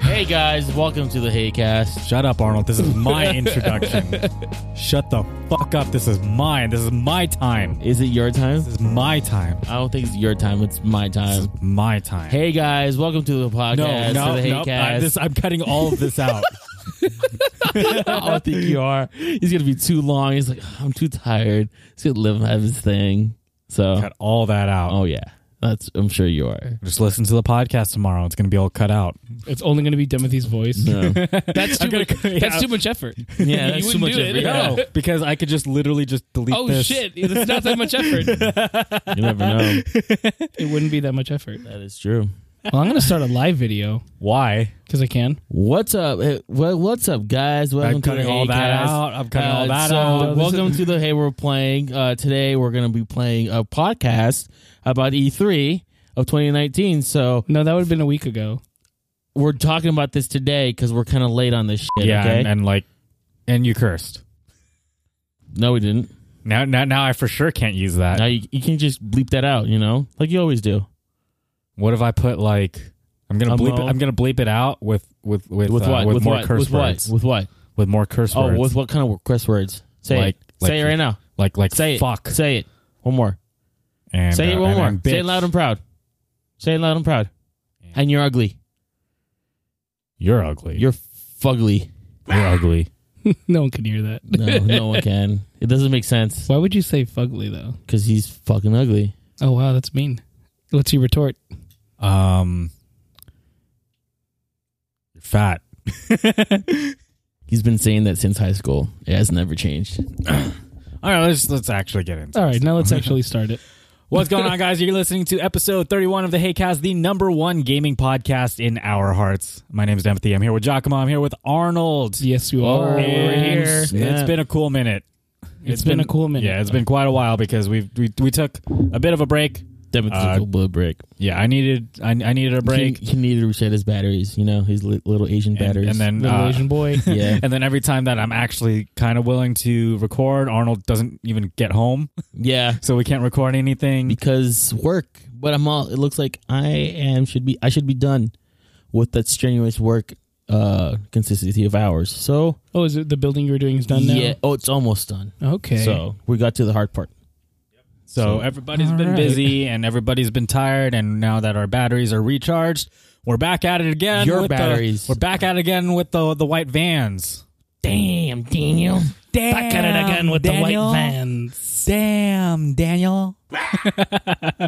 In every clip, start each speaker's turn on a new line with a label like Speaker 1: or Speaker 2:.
Speaker 1: Hey guys, welcome to the Haycast.
Speaker 2: Shut up, Arnold. This is my introduction. Shut the fuck up. This is mine. This is my time.
Speaker 1: Is it your time?
Speaker 2: This is my time.
Speaker 1: I don't think it's your time. It's my
Speaker 2: This is
Speaker 1: time.
Speaker 2: my time.
Speaker 1: Hey guys, welcome to the podcast.
Speaker 2: no,
Speaker 1: to
Speaker 2: no,
Speaker 1: the
Speaker 2: no. I,
Speaker 1: Haycast.
Speaker 2: this, I'm cutting all of this out.
Speaker 1: I don't think you are. He's gonna be too long. He's like, I'm too tired. He's gonna live have his thing. So,
Speaker 2: Cut all that out.
Speaker 1: oh yeah, that's. I'm sure you are.
Speaker 2: Just listen to the podcast tomorrow. It's going to be all cut out.
Speaker 3: It's only going to be Timothy's voice.
Speaker 1: No.
Speaker 3: That's too
Speaker 2: gonna
Speaker 3: much.
Speaker 2: cut it
Speaker 3: That's
Speaker 2: out.
Speaker 3: too much effort.
Speaker 1: Yeah, that's
Speaker 3: you
Speaker 1: too
Speaker 3: wouldn't
Speaker 1: much
Speaker 3: do
Speaker 1: effort.
Speaker 3: It.
Speaker 1: Yeah.
Speaker 2: No, because I could just literally just delete
Speaker 3: Oh
Speaker 2: this.
Speaker 3: shit! It's not that much effort.
Speaker 1: You never know.
Speaker 3: it wouldn't be that much effort.
Speaker 1: that is true.
Speaker 3: Well, I'm going to start a live video
Speaker 2: Why?
Speaker 3: because I can.
Speaker 1: What's up? Hey, well, what's up, guys? Welcome
Speaker 2: I'm
Speaker 1: to the
Speaker 2: cutting all that
Speaker 1: Haycast.
Speaker 2: out. I'm cutting all
Speaker 1: Uh,
Speaker 2: that
Speaker 1: so
Speaker 2: out.
Speaker 1: welcome to the Hey We're Playing. Uh, today we're going to be playing a podcast about E3 of 2019. So
Speaker 3: No, that would have been a week ago.
Speaker 1: we're talking about this today because we're kind of late on this shit.
Speaker 2: Yeah,
Speaker 1: okay?
Speaker 2: and, and like, and you cursed.
Speaker 1: no, we didn't.
Speaker 2: Now, now, now I for sure can't use that.
Speaker 1: Now you, you can just bleep that out, you know, like you always do.
Speaker 2: What if I put like I'm gonna
Speaker 1: A
Speaker 2: bleep it,
Speaker 1: mo-
Speaker 2: I'm gonna bleep it out with with with
Speaker 1: With
Speaker 2: uh,
Speaker 1: what?
Speaker 2: with, more
Speaker 1: what?
Speaker 2: curse
Speaker 1: with
Speaker 2: words
Speaker 1: What? With what?
Speaker 2: with more curse
Speaker 1: Oh,
Speaker 2: words
Speaker 1: with what kind of curse words? Say
Speaker 2: Like-
Speaker 1: it.
Speaker 2: like-
Speaker 1: say it right now.
Speaker 2: like like
Speaker 1: Say it.
Speaker 2: fuck
Speaker 1: Say it. One more.
Speaker 2: and
Speaker 1: say
Speaker 2: uh,
Speaker 1: it one
Speaker 2: and-
Speaker 1: more.
Speaker 2: and
Speaker 1: say it
Speaker 2: bitch.
Speaker 1: loud and proud. Say it loud and proud. And you're ugly.
Speaker 2: You're ugly. You're,
Speaker 1: You're fugly.
Speaker 2: ugly.
Speaker 3: No one can hear that.
Speaker 1: No, no one can. It doesn't make sense.
Speaker 3: Why would you say fugly though?
Speaker 1: Because he's fucking ugly.
Speaker 3: Oh wow, that's mean. What's your retort?
Speaker 2: Um, you're fat.
Speaker 1: He's been saying that since high school. It has never changed.
Speaker 2: All right, let's let's actually get into.
Speaker 3: All
Speaker 2: this.
Speaker 3: right, now let's actually start it.
Speaker 2: What's going on, guys? You're listening to episode 31 of the Haycast, the number one gaming podcast in our hearts. My name is Empathy. I'm here with Giacomo. I'm here with Arnold.
Speaker 3: Yes, you
Speaker 1: Oh,
Speaker 3: are.
Speaker 1: we're
Speaker 2: And
Speaker 1: here.
Speaker 2: It's
Speaker 1: Yeah.
Speaker 2: been a cool minute.
Speaker 3: it's been, a cool minute.
Speaker 2: Yeah, it's been quite a while because we've we, we took a bit of a break.
Speaker 1: That was
Speaker 2: Uh,
Speaker 1: a blood break.
Speaker 2: Yeah, I needed I, I needed a break,
Speaker 1: He, he needed to reset his batteries. You know, his li- little Asian
Speaker 2: and,
Speaker 1: batteries.
Speaker 2: and then
Speaker 3: Little
Speaker 2: uh,
Speaker 3: Asian boy.
Speaker 1: yeah,
Speaker 2: and then every time that I'm actually kind of willing to record, Arnold doesn't even get home,
Speaker 1: yeah,
Speaker 2: so we can't record anything.
Speaker 1: because work. But I'm all. It looks like I am should be. I should be done with that strenuous work uh consistency of hours. So
Speaker 3: Oh, is it the building you were doing is done now?
Speaker 1: yeah. Oh, it's almost done.
Speaker 3: Okay.
Speaker 1: So we got to the hard part.
Speaker 2: So everybody's been
Speaker 3: Alright.
Speaker 2: busy and everybody's been tired, and now that our batteries are recharged, we're back at it again.
Speaker 1: Your
Speaker 2: with the-
Speaker 1: batteries.
Speaker 2: we're back at it again with the the white vans.
Speaker 1: Damn, Daniel.
Speaker 2: Damn,
Speaker 3: back at it again with the white vans.
Speaker 2: Damn, Daniel. uh,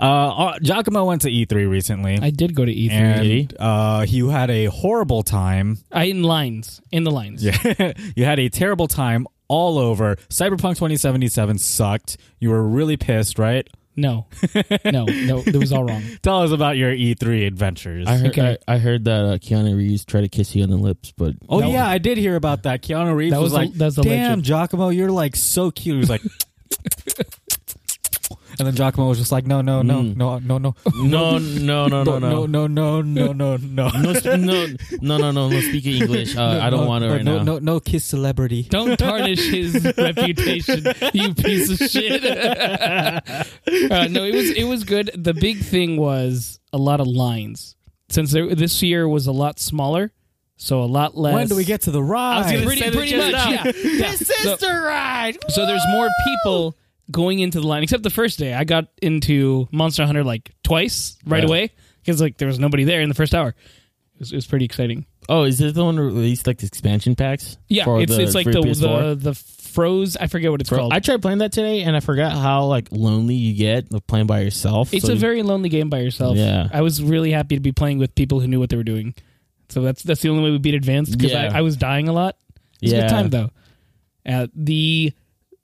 Speaker 2: uh, Giacomo went to E3 recently.
Speaker 3: I did go to E3.
Speaker 2: and uh, you had a horrible time.
Speaker 3: I in lines in the lines.
Speaker 2: you had a terrible time all over. Cyberpunk 2077 sucked. You were really pissed, right?
Speaker 3: No, no, no. That was all wrong.
Speaker 2: Tell us about your E3 adventures.
Speaker 1: I heard.
Speaker 3: Okay.
Speaker 1: I, I heard that uh, Keanu Reeves tried to kiss you on the lips, but
Speaker 2: oh
Speaker 3: that
Speaker 2: yeah, I did hear about that. Keanu Reeves
Speaker 3: That
Speaker 2: was,
Speaker 3: was a-
Speaker 2: like,
Speaker 3: that's a
Speaker 2: "Damn,
Speaker 3: legend."
Speaker 2: Giacomo, you're like so cute." He was like. And then Giacomo was just like, no, no, no,
Speaker 1: Mm.
Speaker 2: no, no, no,
Speaker 1: no, no, no, no, no,
Speaker 2: no, no, no, no, no, no.
Speaker 1: no, sp- no, no, no, no, no. Speak in English. Uh, I don't want it right
Speaker 2: no,
Speaker 1: now.
Speaker 2: No, no, kiss celebrity.
Speaker 3: Don't tarnish his reputation, you piece of shit. uh, no, it was it was good. The big thing was a lot of lines. Since there, this year was a lot smaller, so a lot less.
Speaker 2: When do we get to the ride?
Speaker 3: gonna Pretty- say that pretty just much, now. yeah.
Speaker 1: This
Speaker 3: So-
Speaker 1: is the ride.
Speaker 3: So there's more people going into the line, except the first day. I got into Monster Hunter like twice right
Speaker 1: Yeah.
Speaker 3: away because like there was nobody there in the first hour. It was, it was pretty exciting.
Speaker 1: Oh, is this the one that released like the expansion packs?
Speaker 3: Yeah,
Speaker 1: for
Speaker 3: it's
Speaker 1: the,
Speaker 3: it's like
Speaker 1: for
Speaker 3: the
Speaker 1: PS4?
Speaker 3: the, the froze. I forget what it's
Speaker 1: Bro,
Speaker 3: called.
Speaker 1: I tried playing that today, and I forgot how like lonely you get of playing by yourself.
Speaker 3: it's
Speaker 1: So
Speaker 3: a
Speaker 1: you-
Speaker 3: very lonely game by yourself.
Speaker 1: Yeah.
Speaker 3: I was really happy to be playing with people who knew what they were doing. So that's that's the only way we beat advanced because
Speaker 1: Yeah.
Speaker 3: I, I was dying a lot. It's a
Speaker 1: Yeah.
Speaker 3: good time though. Uh, the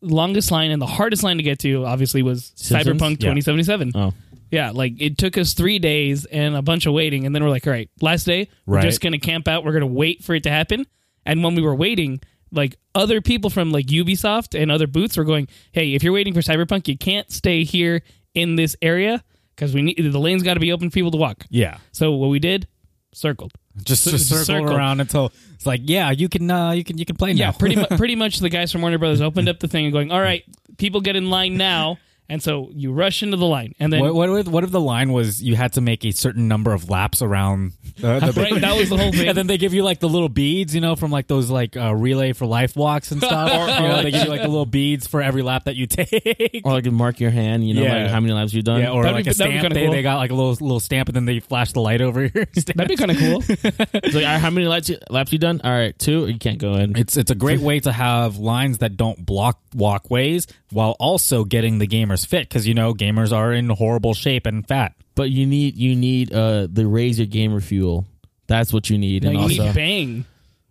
Speaker 3: longest line and the hardest line to get to obviously was
Speaker 1: Simpsons?
Speaker 3: Cyberpunk
Speaker 2: Yeah.
Speaker 3: 2077.
Speaker 1: Oh.
Speaker 3: Yeah, like it took us three days and a bunch of waiting, and then we're like, all right, last day, we're
Speaker 2: Right.
Speaker 3: just gonna camp out. We're gonna wait for it to happen. And when we were waiting, like other people from like Ubisoft and other booths were going, hey, if you're waiting for Cyberpunk, you can't stay here in this area because we need the lane's got to be open for people to walk.
Speaker 2: yeah,
Speaker 3: So what we did, circled.
Speaker 2: just, just circle,
Speaker 3: Just circle.
Speaker 2: around until it's like, yeah, you can, uh, you can, you can play now.
Speaker 3: Yeah, pretty mu- pretty much the guys from Warner Brothers opened up the thing and going, all right, people get in line now. And so you rush into the line, and then
Speaker 2: What, what, if- what if the line was you had to make a certain number of laps around uh, the
Speaker 3: Right, that was the whole thing.
Speaker 2: And then they give you like the little beads, you know, from like those like uh, relay for life walks and stuff. you know, they give you like the little beads for every lap that you take.
Speaker 1: Or like you mark your hand, you know,
Speaker 2: Yeah.
Speaker 1: like how many laps you've done.
Speaker 2: Yeah, or
Speaker 3: That'd
Speaker 2: like
Speaker 3: be-
Speaker 2: a
Speaker 3: that'd be
Speaker 2: stamp.
Speaker 3: kinda
Speaker 2: They,
Speaker 3: cool.
Speaker 2: they got like a little little stamp, and then they flash the light over your. Stamp.
Speaker 3: that'd be kind of cool.
Speaker 1: It's like, all right, uh, how many laps you, laps you done? All right, two. Or you can't go in.
Speaker 2: It's it's a great way to have lines that don't block walkways while also getting the gamers fit because you know gamers are in horrible shape and fat.
Speaker 1: But you need you need uh the razor gamer fuel. That's what you need.
Speaker 3: Like,
Speaker 1: and
Speaker 3: you
Speaker 1: also
Speaker 3: need bang.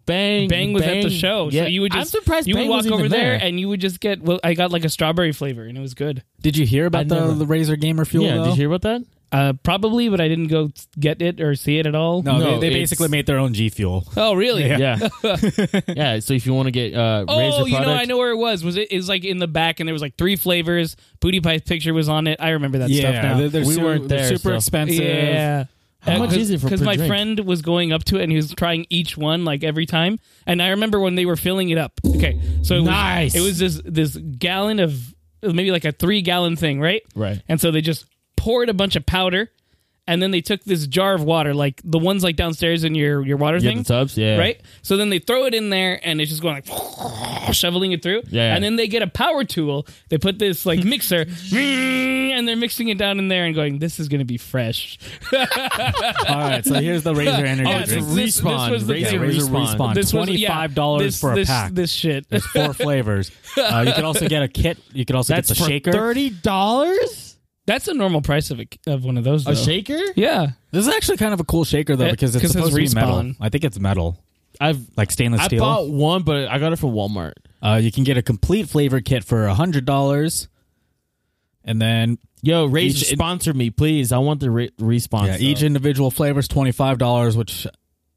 Speaker 1: bang
Speaker 3: Bang was at the
Speaker 1: Bang.
Speaker 3: show, so you would just
Speaker 1: I'm surprised
Speaker 3: you
Speaker 1: Bang
Speaker 3: would walk
Speaker 1: wasn't
Speaker 3: over
Speaker 1: even
Speaker 3: there, and you would just get. Well, I got like a strawberry flavor, and it was good.
Speaker 2: Did you hear
Speaker 1: I
Speaker 2: about the,
Speaker 1: never-
Speaker 2: the Razor Gamer Fuel?
Speaker 1: yeah,
Speaker 2: though?
Speaker 1: did you hear about that?
Speaker 3: Uh, probably, but I didn't go get it or see it at all.
Speaker 2: No,
Speaker 1: No,
Speaker 2: they, they
Speaker 1: it's-
Speaker 2: basically made their own G Fuel.
Speaker 3: Oh, really?
Speaker 1: Yeah, yeah. so if you want to get uh, razor
Speaker 3: Oh,
Speaker 1: product,
Speaker 3: you know, I know where it was. Was it? It was like in the back, and there was like three flavors. Booty Pie's picture was on it. I remember that stuff now.
Speaker 2: they're, they're
Speaker 1: We
Speaker 2: su-
Speaker 1: weren't
Speaker 2: they're
Speaker 1: there,
Speaker 2: super
Speaker 1: so-
Speaker 2: expensive.
Speaker 3: Yeah.
Speaker 1: How much is it for
Speaker 3: Because
Speaker 1: per
Speaker 3: my
Speaker 1: drink?
Speaker 3: friend was going up to it and he was trying each one like every time. And I remember when they were filling it up. Okay, so it
Speaker 1: Nice.
Speaker 3: Was, it was this this gallon of maybe like a three gallon thing, right?
Speaker 1: Right.
Speaker 3: And so they just poured a bunch of powder, and then they took this jar of water, like the ones like downstairs in your your water
Speaker 1: You
Speaker 3: thing,
Speaker 1: have the tubs, yeah,
Speaker 3: right? So then they throw it in there, and it's just going like shoveling it through.
Speaker 1: Yeah.
Speaker 3: And then they get a power tool. They put this like mixer, and they're mixing it down in there and going, "This is going to be fresh."
Speaker 2: All right, so here's the Razor Energy
Speaker 3: Oh, it's
Speaker 2: drink.
Speaker 3: this- this
Speaker 1: respawn,
Speaker 3: was the
Speaker 1: razor,
Speaker 3: thing.
Speaker 2: Razor
Speaker 1: respawn.
Speaker 2: Respawn.
Speaker 3: This was- yeah,
Speaker 2: $25
Speaker 3: this-
Speaker 2: for a
Speaker 3: this-
Speaker 2: pack.
Speaker 3: This shit.
Speaker 2: There's four flavors. Uh, you could also get a kit. You could also
Speaker 1: That's
Speaker 2: get the
Speaker 1: for
Speaker 2: shaker.
Speaker 1: thirty dollars.
Speaker 3: That's a normal price of a, of one of those. Though.
Speaker 1: A shaker?
Speaker 3: Yeah.
Speaker 2: This is actually kind of a cool shaker though
Speaker 3: Yeah,
Speaker 2: because it's
Speaker 3: 'cause it's
Speaker 2: supposed to be metal.
Speaker 3: Respawn.
Speaker 2: I think it's metal,
Speaker 1: I've
Speaker 2: like stainless
Speaker 1: I
Speaker 2: steel.
Speaker 1: bought one, but I got it from Walmart.
Speaker 2: Uh, you can get a complete flavor kit for hundred dollars, and then
Speaker 1: Yo, Razor,
Speaker 2: Each-
Speaker 1: sponsor me, please. I want the re- response.
Speaker 2: yeah, each individual flavor is twenty five dollars. Which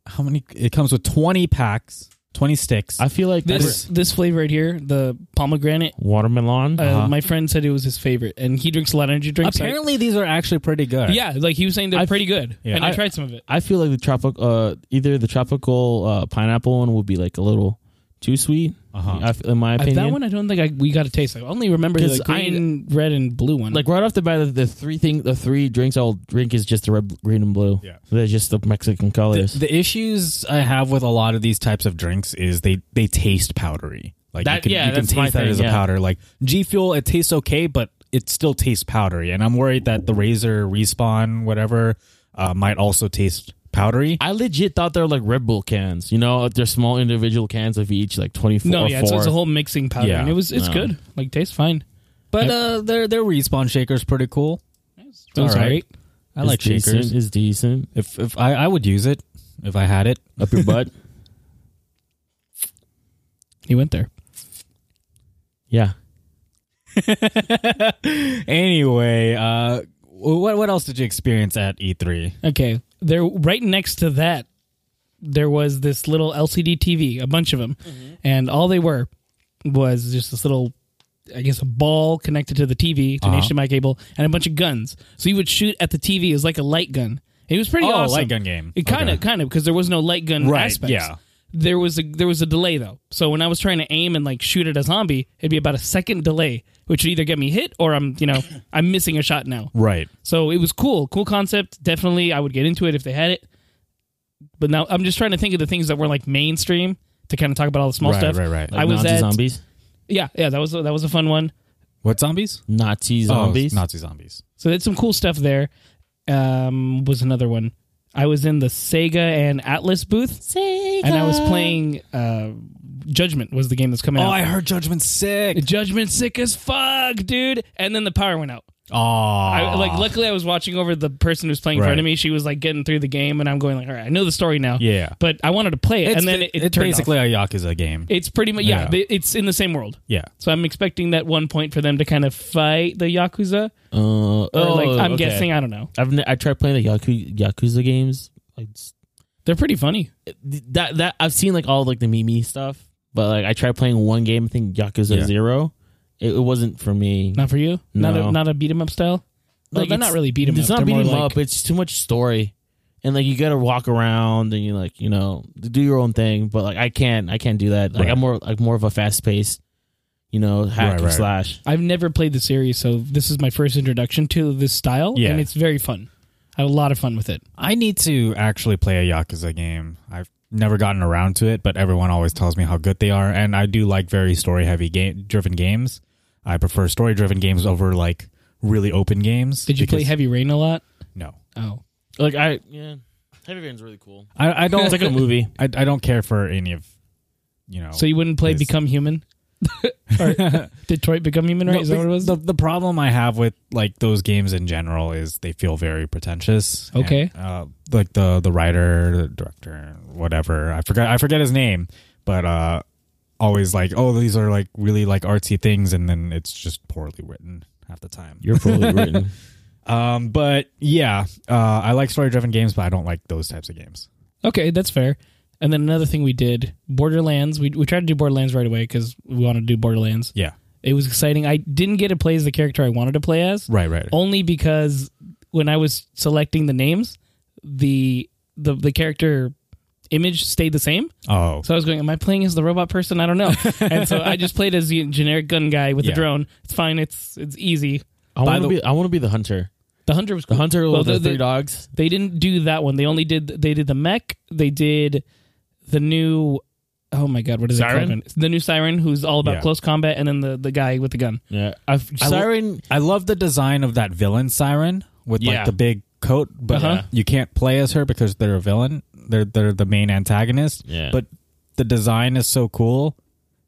Speaker 2: how many? It comes with twenty packs, twenty sticks.
Speaker 1: I feel like
Speaker 3: This this flavor right here, the pomegranate.
Speaker 1: watermelon.
Speaker 3: Uh, My friend said it was his favorite, and he drinks a lot of energy drinks. so-
Speaker 2: Apparently, these are actually pretty good.
Speaker 3: yeah, like he was saying, they're
Speaker 1: I-
Speaker 3: pretty good.
Speaker 2: Yeah.
Speaker 3: and I,
Speaker 1: I-
Speaker 3: tried some of it.
Speaker 1: I feel like the tropical, uh, either the tropical uh, pineapple one would be like a little too sweet.
Speaker 2: Uh-huh.
Speaker 1: I f- in my
Speaker 3: I,
Speaker 1: opinion,
Speaker 3: Uh, that one, I don't think I, we got a taste. I only remember the
Speaker 1: 'Cause I-
Speaker 3: green, red, and blue one.
Speaker 1: like right off the bat, the, the three thing, the three drinks I'll drink is just the red, green, and blue.
Speaker 2: Yeah.
Speaker 1: they're just the Mexican colors.
Speaker 2: The issues I have with a lot of these types of drinks is they they taste powdery. Like you
Speaker 1: That-
Speaker 2: can,
Speaker 1: yeah,
Speaker 2: you can
Speaker 1: that's my
Speaker 2: taste that
Speaker 1: thing,
Speaker 2: as a
Speaker 1: yeah.
Speaker 2: powder. Like G Fuel, it tastes okay, but it still tastes powdery. And I'm worried that the Razor Respawn, whatever, uh, might also taste powdery.
Speaker 1: I legit thought they were like Red Bull cans. You know, they're small individual cans of each, like twenty four.
Speaker 3: no, yeah,
Speaker 1: four.
Speaker 3: so it's a whole mixing powder,
Speaker 2: Yeah.
Speaker 3: and it was it's
Speaker 1: No.
Speaker 3: good. Like tastes fine.
Speaker 2: But uh, their their Respawn shaker's pretty cool.
Speaker 3: It was
Speaker 2: all right.
Speaker 3: alright.
Speaker 2: I like
Speaker 1: It's decent,
Speaker 2: shakers.
Speaker 1: It's decent
Speaker 2: If if I, I would use it if I had it.
Speaker 1: up your butt.
Speaker 3: He went there.
Speaker 1: Yeah,
Speaker 2: Anyway, uh, what what else did you experience at E E3?
Speaker 3: Okay. There right next to that there was this little LCD TV, a bunch of them. And all they were was just this little I guess a ball connected to the TV,
Speaker 2: Uh-huh.
Speaker 3: to an HDMI cable, and a bunch of guns. So you would shoot at the TV as like a light gun. It was pretty
Speaker 2: Oh,
Speaker 3: awesome.
Speaker 2: light gun game.
Speaker 3: It kind of, kind of, because there was no light gun
Speaker 2: Right,
Speaker 3: aspects.
Speaker 2: yeah.
Speaker 3: There was a there was a delay though. So when I was trying to aim and like shoot at a zombie, it'd be about a second delay, which would either get me hit or I'm you know I'm missing a shot now.
Speaker 2: Right.
Speaker 3: So it was cool, cool concept. Definitely, I would get into it if they had it. But now I'm just trying to think of the things that were like mainstream to kind of talk about all the small
Speaker 2: Right,
Speaker 3: stuff.
Speaker 2: right, right.
Speaker 1: like
Speaker 3: I was
Speaker 1: Nazi
Speaker 3: at
Speaker 1: zombies.
Speaker 3: yeah, yeah. That was that was a fun one.
Speaker 2: What zombies?
Speaker 1: Nazi
Speaker 2: Oh,
Speaker 1: zombies.
Speaker 2: Nazi zombies.
Speaker 3: So they had some cool stuff there. Um, was another one. I was in the Sega and Atlas booth, and I was playing uh, Judgment. Was the game that's coming
Speaker 2: Oh,
Speaker 3: out?
Speaker 2: I heard Judgment sick.
Speaker 3: Judgment sick as fuck, dude. And then the power went out.
Speaker 2: Oh,
Speaker 1: Ah.
Speaker 3: I, like luckily I was watching over the person who's playing in front of
Speaker 2: Right.
Speaker 3: me. She was like getting through the game, and I'm going like, all right, I know the story now.
Speaker 2: Yeah.
Speaker 3: but I wanted to play it,
Speaker 2: it's,
Speaker 3: and then it,
Speaker 2: it-
Speaker 3: it
Speaker 2: it's
Speaker 3: turned
Speaker 2: basically
Speaker 3: off.
Speaker 2: a Yakuza game.
Speaker 3: it's pretty much yeah,
Speaker 2: Yeah.
Speaker 3: they- it's in the same world.
Speaker 2: yeah.
Speaker 3: So I'm expecting that one point for them to kind of fight the yakuza.
Speaker 1: Uh, oh,
Speaker 3: Or like I'm
Speaker 1: okay.
Speaker 3: guessing, I don't know.
Speaker 1: I've ne- I tried playing the Yaku- Yakuza games. Like s-
Speaker 3: They're pretty funny.
Speaker 1: that that I've seen like all like the meme stuff, but like I tried playing one game. I think Yakuza
Speaker 2: Yeah.
Speaker 1: Zero. It, it wasn't for me.
Speaker 3: Not for you. Not
Speaker 1: No.
Speaker 3: a not a beat 'em up style. Like,
Speaker 1: Like,
Speaker 3: they're
Speaker 1: it's-
Speaker 3: not really beat 'em
Speaker 1: It's
Speaker 3: up.
Speaker 1: not
Speaker 3: They're
Speaker 1: beat 'em
Speaker 3: more like-
Speaker 1: up. It's too much story, and like you gotta walk around and you like you know do your own thing. But like I can't, I can't do that. Like
Speaker 2: Right.
Speaker 1: I'm more like more of a fast paced you know, hack
Speaker 2: Right,
Speaker 1: and
Speaker 2: right.
Speaker 1: slash.
Speaker 3: I've never played the series, so this is my first introduction to this style,
Speaker 2: Yeah.
Speaker 3: and it's very fun. I have a lot of fun with it.
Speaker 2: I need to actually play a Yakuza game. I've never gotten around to it, but everyone always tells me how good they are, and I do like very story heavy game driven games. I prefer story driven games over like really open games.
Speaker 3: Did you play
Speaker 2: because-
Speaker 3: Heavy Rain a lot?
Speaker 2: No.
Speaker 3: Oh,
Speaker 1: Like I yeah, Heavy Rain's really cool.
Speaker 2: I, I don't
Speaker 1: It's like a movie.
Speaker 2: I, I don't care for any of you know
Speaker 3: so you wouldn't play
Speaker 2: Yes.
Speaker 3: Become Human? or Detroit Become Human, right?
Speaker 2: No,
Speaker 3: is that
Speaker 2: the-
Speaker 3: what it was?
Speaker 2: The, the problem I have with like those games in general is they feel very pretentious.
Speaker 3: Okay.
Speaker 2: And, uh, like the the writer, the director, whatever I forgot I forget his name, but uh, always like oh these are like really like artsy things, and then it's just poorly written half the time.
Speaker 1: You're poorly written.
Speaker 2: Um, but yeah, uh, I like story driven games, but I don't like those types of games.
Speaker 3: Okay, that's fair. And then another thing we did, Borderlands. We we tried to do Borderlands right away because we wanted to do Borderlands.
Speaker 2: Yeah.
Speaker 3: It was exciting. I didn't get to play as the character I wanted to play as,
Speaker 2: Right. Right.
Speaker 3: only because when I was selecting the names, the the the character image stayed the same.
Speaker 2: Oh.
Speaker 3: So I was going, "Am I playing as the robot person? I don't know." and so I just played as the generic gun guy with the
Speaker 2: Yeah.
Speaker 3: drone. It's fine. It's it's easy.
Speaker 1: I
Speaker 2: By
Speaker 1: want
Speaker 2: the-
Speaker 1: to be. I want to be the hunter.
Speaker 3: The hunter was
Speaker 1: The
Speaker 3: cool.
Speaker 1: hunter
Speaker 3: Well,
Speaker 1: with the,
Speaker 3: the-
Speaker 1: three
Speaker 3: the-
Speaker 1: dogs.
Speaker 3: They didn't do that one. They only did they did the mech. They did the new oh my god, what is it
Speaker 1: Siren?
Speaker 3: called? It's The new siren who's all about
Speaker 2: Yeah.
Speaker 3: close combat, and then the the guy with the gun.
Speaker 1: Yeah, I've, Siren.
Speaker 2: I love the design of that villain siren with
Speaker 1: Yeah.
Speaker 2: like the big coat, but
Speaker 3: Uh-huh.
Speaker 2: you can't play as her because they're a villain. They're they're the main antagonist.
Speaker 1: Yeah.
Speaker 2: But the design is so cool,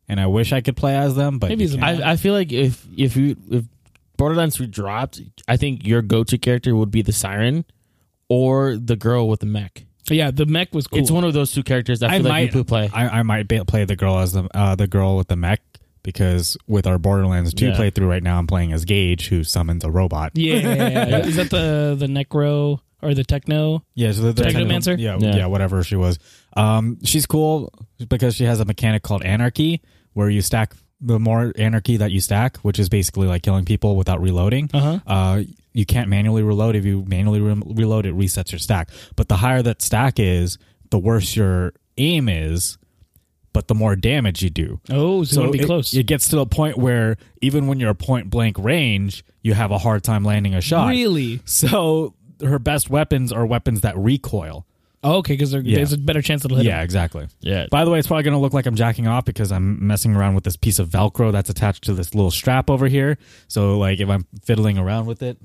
Speaker 2: and I wish I could play as them. But
Speaker 3: Maybe
Speaker 2: you
Speaker 3: it's a-
Speaker 2: can't.
Speaker 1: I, I feel like if if you if Borderlands three dropped, I think your go to character would be the Siren or the girl with the mech.
Speaker 3: Yeah, the mech was cool.
Speaker 1: It's one of those two characters that I
Speaker 2: I
Speaker 1: feel like
Speaker 2: might
Speaker 1: you could play.
Speaker 2: I, I might be, play the girl as the uh, the girl with the mech because with our Borderlands two
Speaker 1: Yeah.
Speaker 2: playthrough right now, I'm playing as Gage who summons a robot.
Speaker 3: yeah, is that the the necro or the techno?
Speaker 2: Yeah, so the, the
Speaker 3: Technomancer?
Speaker 2: Yeah, yeah,
Speaker 1: Yeah.
Speaker 2: whatever she was. Um, she's cool because she has a mechanic called anarchy, where you stack the more anarchy that you stack, which is basically like killing people without reloading.
Speaker 3: Uh huh.
Speaker 2: Uh, you can't manually reload. If you manually re- reload, it resets your stack. But the higher that stack is, the worse your aim is, but the more damage you do.
Speaker 3: Oh, so, you want to be
Speaker 2: it,
Speaker 3: close.
Speaker 2: it gets to the point where even when you're a point blank range, you have a hard time landing a shot.
Speaker 3: really?
Speaker 2: So her best weapons are weapons that recoil.
Speaker 3: Oh, okay, because
Speaker 2: Yeah.
Speaker 3: there's a better chance it'll hit.
Speaker 2: Yeah,
Speaker 3: him.
Speaker 2: exactly.
Speaker 1: yeah,
Speaker 2: By the way, it's probably going to look like I'm jacking off because I'm messing around with this piece of Velcro that's attached to this little strap over here. So, like, if I'm fiddling around with it,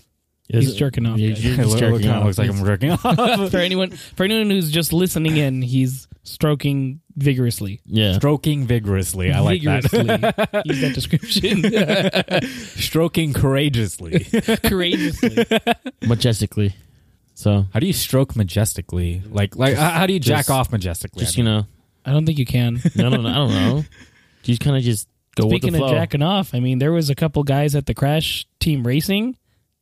Speaker 3: he's jerking off,
Speaker 1: Yeah,
Speaker 3: guys.
Speaker 1: you're
Speaker 2: it
Speaker 1: just jerking
Speaker 2: kind of
Speaker 1: off.
Speaker 2: looks like I'm jerking off.
Speaker 3: for anyone for anyone who's just listening in, he's stroking vigorously.
Speaker 1: yeah.
Speaker 2: Stroking vigorously. I like that.
Speaker 3: vigorously. Use that description
Speaker 2: Stroking courageously.
Speaker 3: courageously.
Speaker 1: majestically. So
Speaker 2: how do you stroke majestically? Like, like h- how do you
Speaker 1: Just-
Speaker 2: jack off majestically?
Speaker 1: just you know,
Speaker 3: I don't think you can.
Speaker 1: I don't, I don't know. You kind of just go
Speaker 3: Speaking
Speaker 1: with the
Speaker 3: of
Speaker 1: flow.
Speaker 3: jacking off, I mean, there was a couple guys at the crash team racing.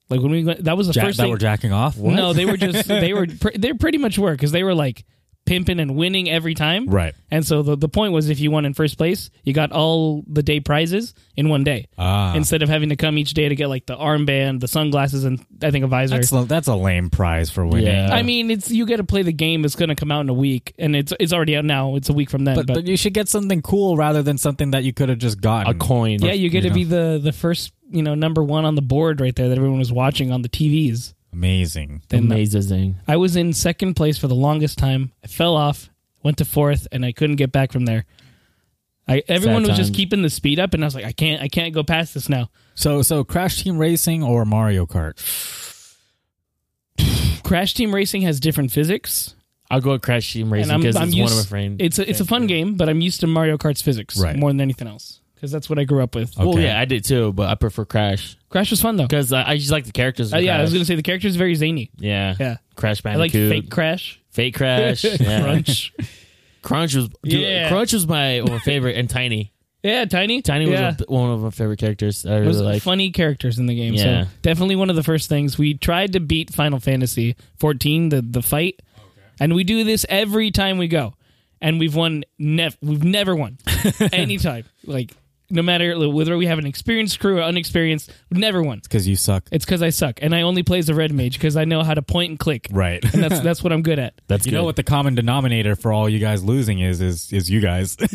Speaker 3: Like when we went, that was the
Speaker 2: Jack,
Speaker 3: first
Speaker 2: that
Speaker 3: thing.
Speaker 2: we're jacking off?
Speaker 3: no, they were just they were pr- they pretty much were because they were like pimping and winning every time.
Speaker 2: Right.
Speaker 3: And so the the point was, if you won in first place, you got all the day prizes in one day
Speaker 2: Ah.
Speaker 3: instead of having to come each day to get like the armband, the sunglasses, and I think a visor.
Speaker 2: that's, a- that's a lame prize for winning.
Speaker 1: Yeah.
Speaker 3: I mean, it's you got to play the game. It's going to come out in a week, and it's it's already out now. It's a week from then.
Speaker 2: But,
Speaker 3: But,
Speaker 2: but you should get something cool rather than something that you could have just
Speaker 1: a
Speaker 2: gotten.
Speaker 1: coin.
Speaker 3: um, yeah, you get
Speaker 2: you
Speaker 3: to be the the first you know number one on the board right there that everyone was watching on the TVs.
Speaker 2: Amazing.
Speaker 3: Then
Speaker 1: amazing.
Speaker 3: I was in second place for the longest time. I fell off, went to fourth, and I couldn't get back from there. I everyone was just
Speaker 1: times.
Speaker 3: keeping the speed up, and I was like, I can't, I can't go past this now.
Speaker 2: So so Crash Team Racing or Mario Kart?
Speaker 3: Crash Team Racing has different physics.
Speaker 1: I'll go with Crash Team Racing
Speaker 3: I'm-
Speaker 1: because
Speaker 3: I'm
Speaker 1: it's one of
Speaker 3: used-
Speaker 1: my friends.
Speaker 3: It's a it's a fun game, but I'm used to Mario Kart's physics
Speaker 2: Right.
Speaker 3: more than anything else because that's what I grew up with.
Speaker 2: Okay.
Speaker 1: Well, yeah, I did too, but I prefer Oh. Crash
Speaker 3: Crash was fun though.
Speaker 1: because I, I just like the characters. in
Speaker 3: Uh, yeah, I was
Speaker 1: Crash.
Speaker 3: gonna say the character is very zany.
Speaker 1: yeah,
Speaker 3: Yeah,
Speaker 1: Crash
Speaker 3: I like
Speaker 1: Bandicoot,
Speaker 3: fake Crash,
Speaker 1: Fake Crash, yeah.
Speaker 3: Crunch.
Speaker 1: Crunch was dude,
Speaker 3: Yeah.
Speaker 1: Crunch was my, my favorite, and Tiny.
Speaker 3: Yeah, Tiny.
Speaker 1: Tiny
Speaker 3: yeah.
Speaker 1: was a, one of my favorite characters. I
Speaker 3: It
Speaker 1: really
Speaker 3: was
Speaker 1: like.
Speaker 3: funny characters in the game.
Speaker 1: Yeah.
Speaker 3: So definitely one of the first things we tried to beat Final Fantasy 14, the the fight, and we do this every time we go, and we've won. Nev- we've never won anytime. Like no matter whether we have an experienced crew or unexperienced, never won.
Speaker 2: because you suck.
Speaker 3: It's because I suck, and I only play as a red mage because I know how to point and click.
Speaker 2: Right.
Speaker 3: and that's that's what I'm good at.
Speaker 1: That's
Speaker 2: you
Speaker 1: good.
Speaker 2: know what the common denominator for all you guys losing is is is you guys.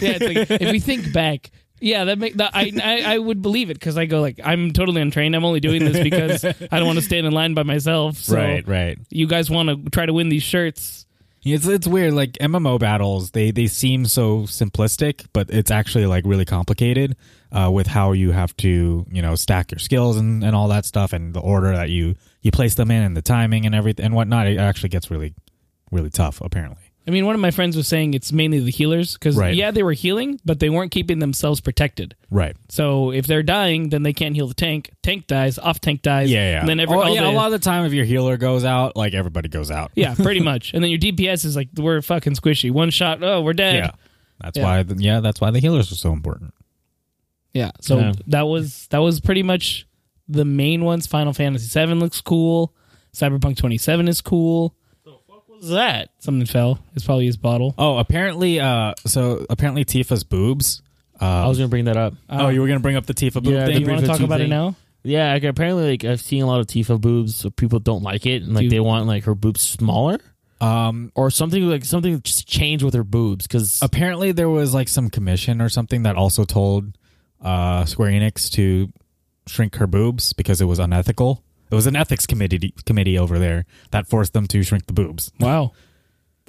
Speaker 3: Yeah, it's like, if we think back, yeah, that make that I I, I would believe it because I go like I'm totally untrained. I'm only doing this because I don't want to stand in line by myself. So
Speaker 2: right, right.
Speaker 3: you guys want to try to win these shirts?
Speaker 2: It's it's weird. Like MMO battles, they they seem so simplistic, but it's actually like really complicated uh, with how you have to you know stack your skills and, and all that stuff, and the order that you you place them in, and the timing and everything and whatnot. It actually gets really really tough. Apparently,
Speaker 3: I mean, one of my friends was saying it's mainly the healers because
Speaker 2: Right.
Speaker 3: yeah, they were healing, but they weren't keeping themselves protected.
Speaker 2: right.
Speaker 3: So if they're dying, then they can't heal the tank. Tank dies, off tank dies.
Speaker 2: Yeah, yeah.
Speaker 3: And then every
Speaker 2: Oh,
Speaker 3: all
Speaker 2: yeah,
Speaker 3: the-
Speaker 2: a lot of the time, if your healer goes out, like everybody goes out.
Speaker 3: yeah, pretty much. And then your DPS is like we're fucking squishy. One shot, oh, we're dead.
Speaker 2: yeah. That's
Speaker 3: Yeah.
Speaker 2: why. The, yeah, that's why the healers are so important.
Speaker 3: Yeah. So
Speaker 1: Yeah.
Speaker 3: that was that was pretty much the main ones. Final Fantasy VII looks cool. Cyberpunk 27 is cool.
Speaker 1: was that?
Speaker 3: Something fell. It's probably his bottle.
Speaker 2: Oh, apparently, uh, so apparently Tifa's boobs. Uh,
Speaker 1: I was gonna bring that up.
Speaker 2: oh, you were gonna bring up the Tifa boob
Speaker 1: Yeah, the
Speaker 2: thing.
Speaker 3: Do you want to
Speaker 1: brief
Speaker 3: talk
Speaker 1: Tuesday.
Speaker 3: about it now?
Speaker 1: Yeah, like, apparently, like I've seen a lot of Tifa boobs, so people don't like it, and like
Speaker 3: Dude.
Speaker 1: they want like her boobs smaller
Speaker 2: Um,
Speaker 1: or something like something just changed with her boobs because
Speaker 2: apparently there was like some commission or something that also told uh, Square Enix to shrink her boobs because it was unethical. It was an ethics committee committee over there that forced them to shrink the boobs.
Speaker 3: Wow.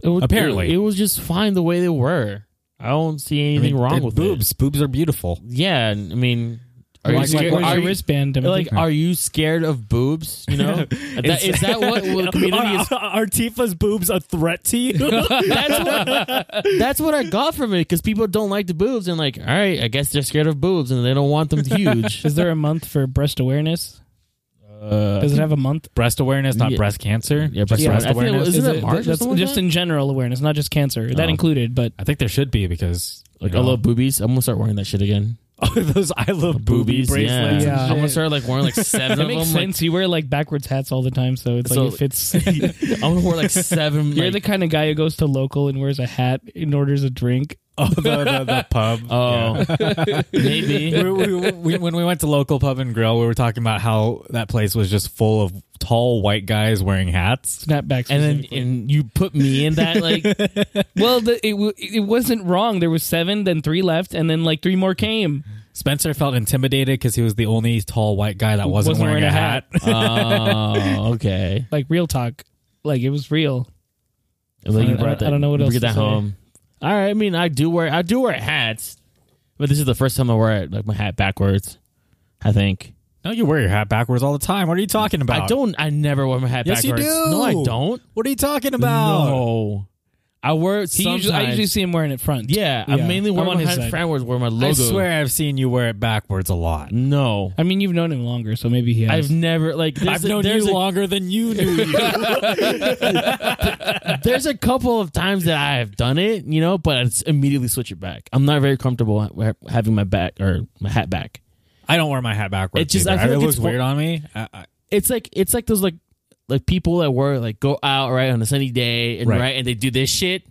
Speaker 1: it was,
Speaker 2: apparently.
Speaker 1: it, it was just fine the way they were. I don't see
Speaker 2: I
Speaker 1: anything
Speaker 2: mean,
Speaker 1: wrong
Speaker 2: they're
Speaker 1: with boobs.
Speaker 2: boobs? Boobs are beautiful.
Speaker 1: Yeah, and, I mean, are
Speaker 3: Where's
Speaker 1: you
Speaker 3: your,
Speaker 1: scared,
Speaker 3: where's
Speaker 1: are,
Speaker 3: your
Speaker 1: you,
Speaker 3: wristband? Timothy?
Speaker 1: like, are you scared of boobs? You know, that, is that what what community is?
Speaker 2: are Tifa's boobs a threat to you?
Speaker 1: That's what I got from it because people don't like the boobs and like, all right, I guess they're scared of boobs and they don't want them huge.
Speaker 3: is there a month for breast awareness?
Speaker 1: Uh,
Speaker 3: Does it have a month?
Speaker 2: breast awareness, not
Speaker 1: Yeah.
Speaker 2: breast cancer.
Speaker 1: Yeah,
Speaker 2: Just
Speaker 1: breast awareness.
Speaker 2: breast
Speaker 1: I think it
Speaker 2: awareness.
Speaker 1: was- Isn't that
Speaker 3: it-
Speaker 1: March or
Speaker 3: that's
Speaker 1: something like
Speaker 3: just
Speaker 1: that?
Speaker 3: in general awareness, not just cancer. That
Speaker 2: Oh.
Speaker 3: included, but
Speaker 2: I think there should be because
Speaker 1: like
Speaker 2: you
Speaker 1: I
Speaker 2: know,
Speaker 1: love boobies. I'm gonna start wearing that shit again.
Speaker 2: those I love booby bracelets.
Speaker 3: Yeah.
Speaker 1: I'm gonna start like wearing like seven
Speaker 3: that
Speaker 1: of
Speaker 3: makes
Speaker 1: them.
Speaker 3: sense. you wear like backwards hats all the time, so it's
Speaker 1: So-
Speaker 3: like it fits.
Speaker 1: Like, I'm gonna wear like seven.
Speaker 3: You're
Speaker 1: like,
Speaker 3: the kind of guy who goes to local and wears a hat and orders a drink.
Speaker 2: Oh, the, the, the pub.
Speaker 1: oh, maybe.
Speaker 2: we, we, we, when we went to local pub and grill, we were talking about how that place was just full of tall white guys wearing hats.
Speaker 3: Snapbacks.
Speaker 1: And then and you put me in that like
Speaker 3: well, the, it w- it wasn't wrong. There was seven, then three left, and then like three more came.
Speaker 2: Spencer felt intimidated because he was the only tall white guy that wasn't, wearing, a hat.
Speaker 1: oh okay.
Speaker 3: Like real talk, like it was real.
Speaker 1: And then
Speaker 3: I
Speaker 1: you
Speaker 3: don't- I
Speaker 1: brought
Speaker 3: don't-
Speaker 1: that-
Speaker 3: I don't know what
Speaker 1: you
Speaker 3: else
Speaker 1: Bring
Speaker 3: to
Speaker 1: that
Speaker 3: say.
Speaker 1: home. All right. I mean, I do wear I do wear hats, but this is the first time I wear it like my hat backwards. I think
Speaker 2: No, you wear your hat backwards all the time. What are you talking about?
Speaker 1: I don't. I never wear my hat
Speaker 2: Yes, you
Speaker 1: backwards.
Speaker 2: do.
Speaker 1: No, I don't.
Speaker 2: What are you talking about?
Speaker 1: No, I wear it
Speaker 3: He
Speaker 1: sometimes.
Speaker 3: usually, I usually see him wearing it front.
Speaker 1: yeah, I
Speaker 3: Yeah,
Speaker 1: mainly wear
Speaker 3: I'm on
Speaker 1: my
Speaker 3: his
Speaker 1: hat
Speaker 3: side.
Speaker 1: frontwards where my logo.
Speaker 2: I swear I've seen you wear it backwards a lot.
Speaker 1: No,
Speaker 3: I mean, you've known him longer, so maybe he has.
Speaker 1: I've never like. There's
Speaker 2: I've
Speaker 1: a,
Speaker 2: known
Speaker 1: there's
Speaker 2: you
Speaker 1: a,
Speaker 2: longer than you knew you.
Speaker 1: There's a couple of times that I have done it, you know, but I s- immediately switch it back. I'm not very comfortable ha- having my back or my hat back.
Speaker 2: I don't wear my hat backwards.
Speaker 1: It just-
Speaker 2: either.
Speaker 1: I feel
Speaker 2: it
Speaker 1: like
Speaker 2: looks
Speaker 1: it's-
Speaker 2: weird on me. I, I,
Speaker 1: it's like it's like those like like people that were like go out right on a sunny day and
Speaker 2: Right.
Speaker 1: right, and they do this shit.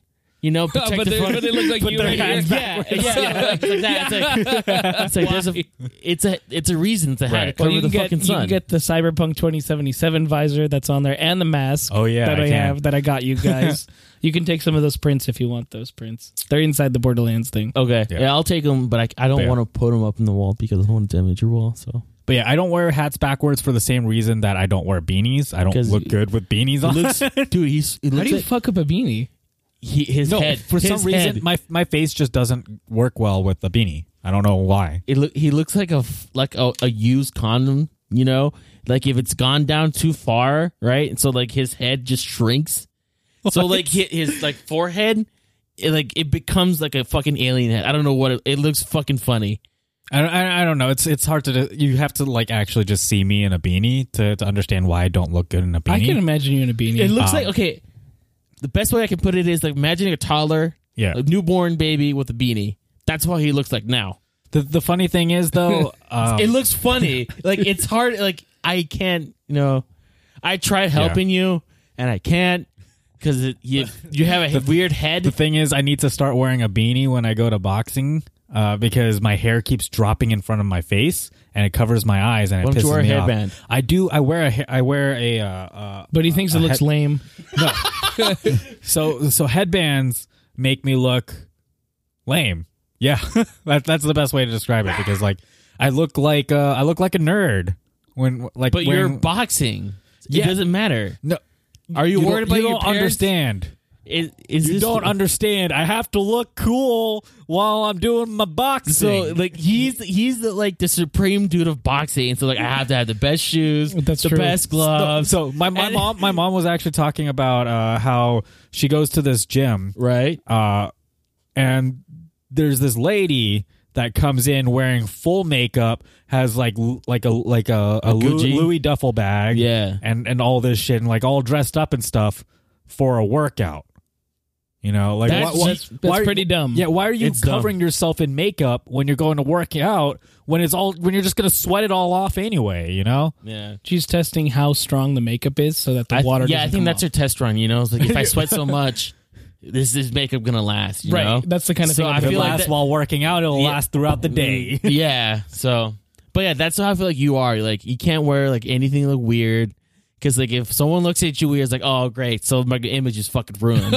Speaker 1: You know, protect
Speaker 3: but
Speaker 1: the
Speaker 3: they-
Speaker 1: front-
Speaker 3: but they look like
Speaker 1: Put
Speaker 3: you
Speaker 1: their
Speaker 3: right here.
Speaker 1: hands backwards. Yeah, yeah, like, like that. It's like, it's like there's a, it's a it's a reason to
Speaker 2: Right.
Speaker 1: have to cover
Speaker 3: Well, you
Speaker 1: the
Speaker 3: can get,
Speaker 1: fucking
Speaker 3: you can
Speaker 1: sun.
Speaker 3: get the Cyberpunk 2077 visor that's on there and the mask.
Speaker 2: Oh, yeah,
Speaker 3: that
Speaker 2: I
Speaker 3: I,
Speaker 2: can.
Speaker 3: have that I got you guys. you can take some of those prints if you want those prints. They're inside the Borderlands thing.
Speaker 1: okay,
Speaker 2: Yeah.
Speaker 1: yeah. I'll take them, but I, I don't
Speaker 2: Yeah.
Speaker 1: want to put them up in the wall because I don't want to damage your wall. So
Speaker 2: But yeah, I don't wear hats backwards for the same reason that I don't wear beanies. I don't
Speaker 1: 'Cause
Speaker 2: look good with beanies on.
Speaker 1: dude, he's it
Speaker 3: How
Speaker 1: looks
Speaker 3: do you
Speaker 1: like
Speaker 3: fuck up a beanie?
Speaker 1: he, his
Speaker 2: no,
Speaker 1: head
Speaker 2: for some
Speaker 1: his
Speaker 2: reason,
Speaker 1: head.
Speaker 2: my my face just doesn't work well with the beanie. I don't know why.
Speaker 1: it look he looks like a f- like a, a used condom you know like if it's gone down too far right and so like his head just shrinks so like his, his like forehead it, like it becomes like a fucking alien head i don't know what it, it looks fucking funny
Speaker 2: I, I, I don't know. It's it's hard to. You have to like actually just see me in a beanie to, to understand why I don't look good in a beanie.
Speaker 3: I can imagine you in a beanie.
Speaker 1: it looks
Speaker 2: Um,
Speaker 1: like okay the best way i can put it is like imagining a toddler
Speaker 2: yeah.
Speaker 1: a newborn baby with a beanie that's what he looks like now
Speaker 2: The the funny thing is though, um,
Speaker 1: it looks funny like it's hard like i can't you know i tried helping you and i can't because you you have a weird head
Speaker 2: the thing is, I need to start wearing a beanie when I go to boxing. uh, because my hair keeps dropping in front of my face and it covers my eyes and it
Speaker 1: Why don't
Speaker 2: pisses
Speaker 1: you wear a
Speaker 2: me off.
Speaker 1: hairband?
Speaker 2: I do. I wear a. ha- I wear a. Uh, uh,
Speaker 3: But he thinks it looks lame.
Speaker 2: so so headbands make me look lame. Yeah, that, that's the best way to describe it because like I look like uh, I look like a nerd when like
Speaker 1: But you're
Speaker 2: wearing,
Speaker 1: boxing. It
Speaker 2: Yeah.
Speaker 1: doesn't matter.
Speaker 2: no.
Speaker 1: Are you,
Speaker 2: You
Speaker 1: worried
Speaker 2: don't,
Speaker 1: about
Speaker 2: you
Speaker 1: your
Speaker 2: don't
Speaker 1: parents?
Speaker 2: understand.
Speaker 1: Is, is
Speaker 2: You
Speaker 1: this
Speaker 2: don't understand. I have to look cool while I'm doing my boxing.
Speaker 1: So like he's he's the like the supreme dude of boxing. So like I have to have the best shoes,
Speaker 3: That's
Speaker 1: the
Speaker 3: true.
Speaker 1: best
Speaker 2: No,
Speaker 1: gloves,
Speaker 2: so my, my
Speaker 1: uh, and-
Speaker 2: mom my mom was actually talking about uh, how she goes to this gym
Speaker 1: right?
Speaker 2: uh, and there's this lady that comes in wearing full makeup has like l- like a like a, a, Lou-
Speaker 1: Gucci?
Speaker 2: Louis duffel bag
Speaker 1: Yeah.
Speaker 2: and and all this shit and like all dressed up and stuff for a workout you know like
Speaker 1: That's
Speaker 2: why, why-
Speaker 3: That's, that's
Speaker 2: why are-
Speaker 3: pretty dumb.
Speaker 2: yeah, why are you
Speaker 1: It's dumb.
Speaker 2: covering yourself in makeup when you're going to work out when it's all when you're just gonna sweat it all off anyway? You know,
Speaker 1: Yeah.
Speaker 3: She's testing how strong the makeup is so that the
Speaker 1: I,
Speaker 3: water.
Speaker 1: yeah, I
Speaker 3: doesn't
Speaker 1: think
Speaker 3: come
Speaker 1: that's
Speaker 3: off.
Speaker 1: her test run. You know, it's like if I sweat so much, this is makeup gonna last. You
Speaker 3: right.
Speaker 1: know?
Speaker 3: That's the kind of
Speaker 1: So
Speaker 3: thing.
Speaker 1: I
Speaker 3: I
Speaker 1: feel
Speaker 3: feel
Speaker 1: like
Speaker 3: like
Speaker 2: last
Speaker 1: that-
Speaker 2: while working out, it'll
Speaker 1: Yeah.
Speaker 2: last throughout the day.
Speaker 1: yeah. So, but yeah, that's how I feel like you are. Like you can't wear like anything like weird because like if someone looks at you weird, it's like oh great, so my image is fucking ruined.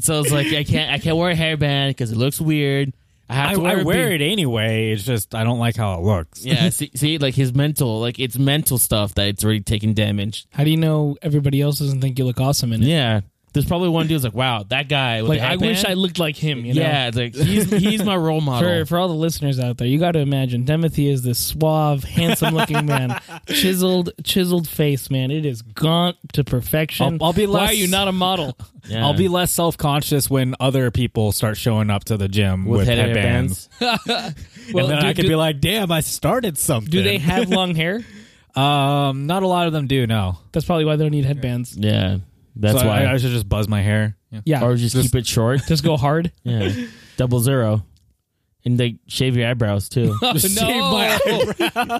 Speaker 1: so it's like I can't I can't wear a hairband because it looks weird. I have
Speaker 2: I,
Speaker 1: to wear,
Speaker 2: I
Speaker 1: a
Speaker 2: wear
Speaker 1: beard.
Speaker 2: it anyway. It's just I don't like how it looks.
Speaker 1: Yeah, see, see, like his mental, like it's mental stuff that it's already taking damage.
Speaker 3: how do you know everybody else doesn't think you look awesome in it?
Speaker 1: Yeah, there's probably one dude's like, "Wow, that guy." With
Speaker 3: like
Speaker 1: the
Speaker 3: I wish I
Speaker 1: hairband,
Speaker 3: looked like him. You know?
Speaker 1: yeah, it's like he's he's my role model.
Speaker 3: For, for all the listeners out there, you got to imagine Timothy is this suave, handsome-looking man, chiseled, chiseled face, man. It is gaunt to perfection.
Speaker 2: I'll- I'll be
Speaker 3: Why
Speaker 2: less-
Speaker 3: are you not a model?
Speaker 1: Yeah.
Speaker 2: I'll be less self conscious when other people start showing up to the gym with,
Speaker 1: head
Speaker 2: headbands,
Speaker 3: Well,
Speaker 2: and then
Speaker 3: do,
Speaker 2: I could
Speaker 3: do-
Speaker 2: be like, "Damn, I started something."
Speaker 3: do they have long hair?
Speaker 2: um, not a lot of them do. No,
Speaker 3: That's probably why they don't need headbands.
Speaker 1: Yeah, that's
Speaker 2: So
Speaker 1: why.
Speaker 2: I, I should just buzz my hair. Yeah.
Speaker 3: Yeah,
Speaker 1: or just, keep it short.
Speaker 3: just go hard.
Speaker 1: Yeah, double zero, and they shave your eyebrows too.
Speaker 3: no,
Speaker 2: shave my
Speaker 1: yeah, dude,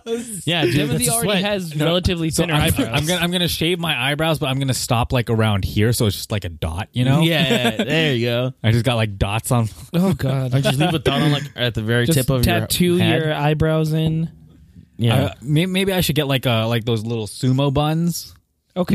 Speaker 1: that's
Speaker 3: Timothy
Speaker 1: a
Speaker 3: already
Speaker 1: sweat.
Speaker 3: has relatively
Speaker 2: So
Speaker 3: thinner
Speaker 2: I'm,
Speaker 3: eyebrows.
Speaker 2: I'm gonna I'm gonna shave my eyebrows, but I'm gonna stop like around here, so it's just like a dot. You know?
Speaker 1: Yeah, there you go.
Speaker 2: I just got like dots on.
Speaker 3: oh god,
Speaker 1: Just leave a dot on like at the very
Speaker 3: just
Speaker 1: tip of
Speaker 3: tattoo
Speaker 1: your head.
Speaker 3: eyebrows in.
Speaker 1: yeah.
Speaker 2: Uh, may- maybe I should get like uh like those little sumo buns.
Speaker 3: Okay,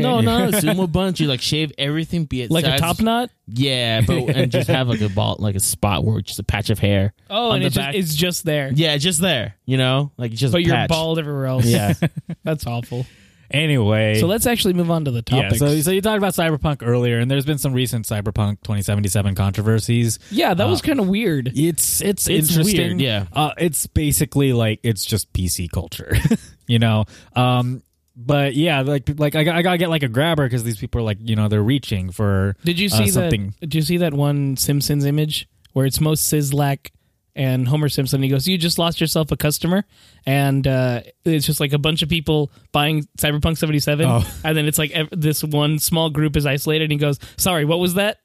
Speaker 1: no, no, sumo bunch. You like shave everything, be it
Speaker 3: like a
Speaker 1: size-
Speaker 3: top knot.
Speaker 1: Yeah, but and just have like a ball, like a spot where it's just a patch of hair.
Speaker 3: Oh,
Speaker 1: on
Speaker 3: and
Speaker 1: the
Speaker 3: it's
Speaker 1: back.
Speaker 3: just, it's just there.
Speaker 1: yeah, just there. You know, like just.
Speaker 3: But
Speaker 1: a
Speaker 3: you're
Speaker 1: patch.
Speaker 3: bald everywhere else.
Speaker 1: Yeah.
Speaker 3: that's awful.
Speaker 2: Anyway,
Speaker 3: So let's actually move on to the
Speaker 2: Yeah,
Speaker 3: topics.
Speaker 2: so, so you talked about cyberpunk earlier, and there's been some recent cyberpunk 2077 controversies.
Speaker 3: Yeah, that was kind of weird.
Speaker 2: It's it's,
Speaker 1: It's
Speaker 2: interesting.
Speaker 1: weird, yeah.
Speaker 2: uh, it's basically like it's just PC culture, you know. Um, but yeah, like like I, got- I gotta get like a grabber because these people are like you know they're reaching for.
Speaker 3: Did you
Speaker 2: uh,
Speaker 3: see that?
Speaker 2: something?
Speaker 3: Did you see that one Simpsons image where it's Mo Sizlak and Homer Simpson? He goes, "You just lost yourself a customer," and uh, it's just like a bunch of people buying Cyberpunk seventy seven,
Speaker 2: Oh.
Speaker 3: and then it's like ev- this one small group is isolated. and He goes, "Sorry, what was that?"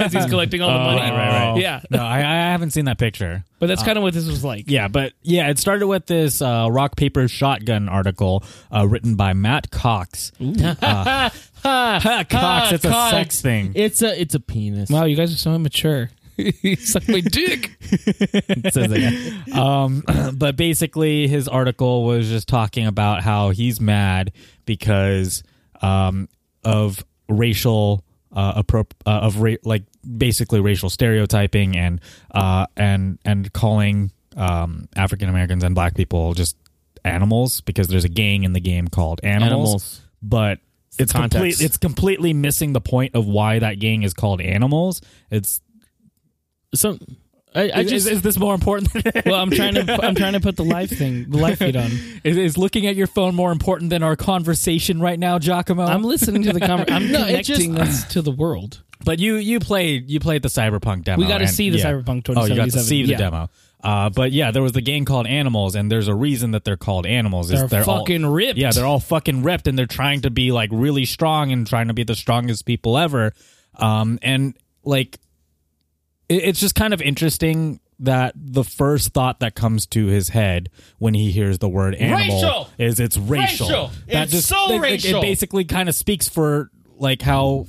Speaker 3: As he's collecting all the money.
Speaker 2: Oh, Right, right, right.
Speaker 3: Yeah,
Speaker 2: No, I, I haven't seen that picture.
Speaker 3: but that's kind of what this was like.
Speaker 2: Yeah, but yeah, it started with this uh, rock paper shotgun article uh, written by Matt Cox. Uh, Cox, it's a
Speaker 1: Cox.
Speaker 2: sex thing.
Speaker 1: It's a it's a penis.
Speaker 3: Wow, you guys are so immature. he's like my dick.
Speaker 2: says the guy. Um, but basically, his article was just talking about how he's mad because um, of racial uh, appro- uh, of ra- like basically racial stereotyping and uh, and and calling um, African Americans and Black people just animals because there's a gang in the game called animals,
Speaker 1: Animals.
Speaker 2: but. It's
Speaker 1: Context.
Speaker 2: complete, it's completely missing the point of why that gang is called animals. It's
Speaker 1: So I, I
Speaker 2: is,
Speaker 1: just
Speaker 2: is this more important than
Speaker 3: Well, I'm trying to I'm trying to put the live thing, the live feed on.
Speaker 2: Is, is looking at your phone more important than our conversation right now, Giacomo?
Speaker 3: I'm listening to the conversation. I'm
Speaker 1: No, it just-
Speaker 3: connecting this to the world.
Speaker 2: but you you played you played the Cyberpunk demo.
Speaker 3: We got to
Speaker 2: and-
Speaker 3: see the
Speaker 2: yeah.
Speaker 3: Cyberpunk 2077.
Speaker 2: Oh, you got to see the
Speaker 3: yeah.
Speaker 2: demo. Uh, but yeah, there was the game called Animals, and there's a reason that they're called Animals. is
Speaker 3: They're
Speaker 2: all-
Speaker 3: fucking ripped.
Speaker 2: Yeah, they're all fucking ripped, and they're trying to be like really strong and trying to be the strongest people ever. Um, and like, it, it's just kind of interesting that the first thought that comes to his head when he hears the word animal
Speaker 1: Racial!
Speaker 2: is it's racial.
Speaker 1: Racial!
Speaker 2: That
Speaker 1: It's
Speaker 2: just
Speaker 1: so
Speaker 2: like, like,
Speaker 1: racial!
Speaker 2: It basically kind of speaks for like how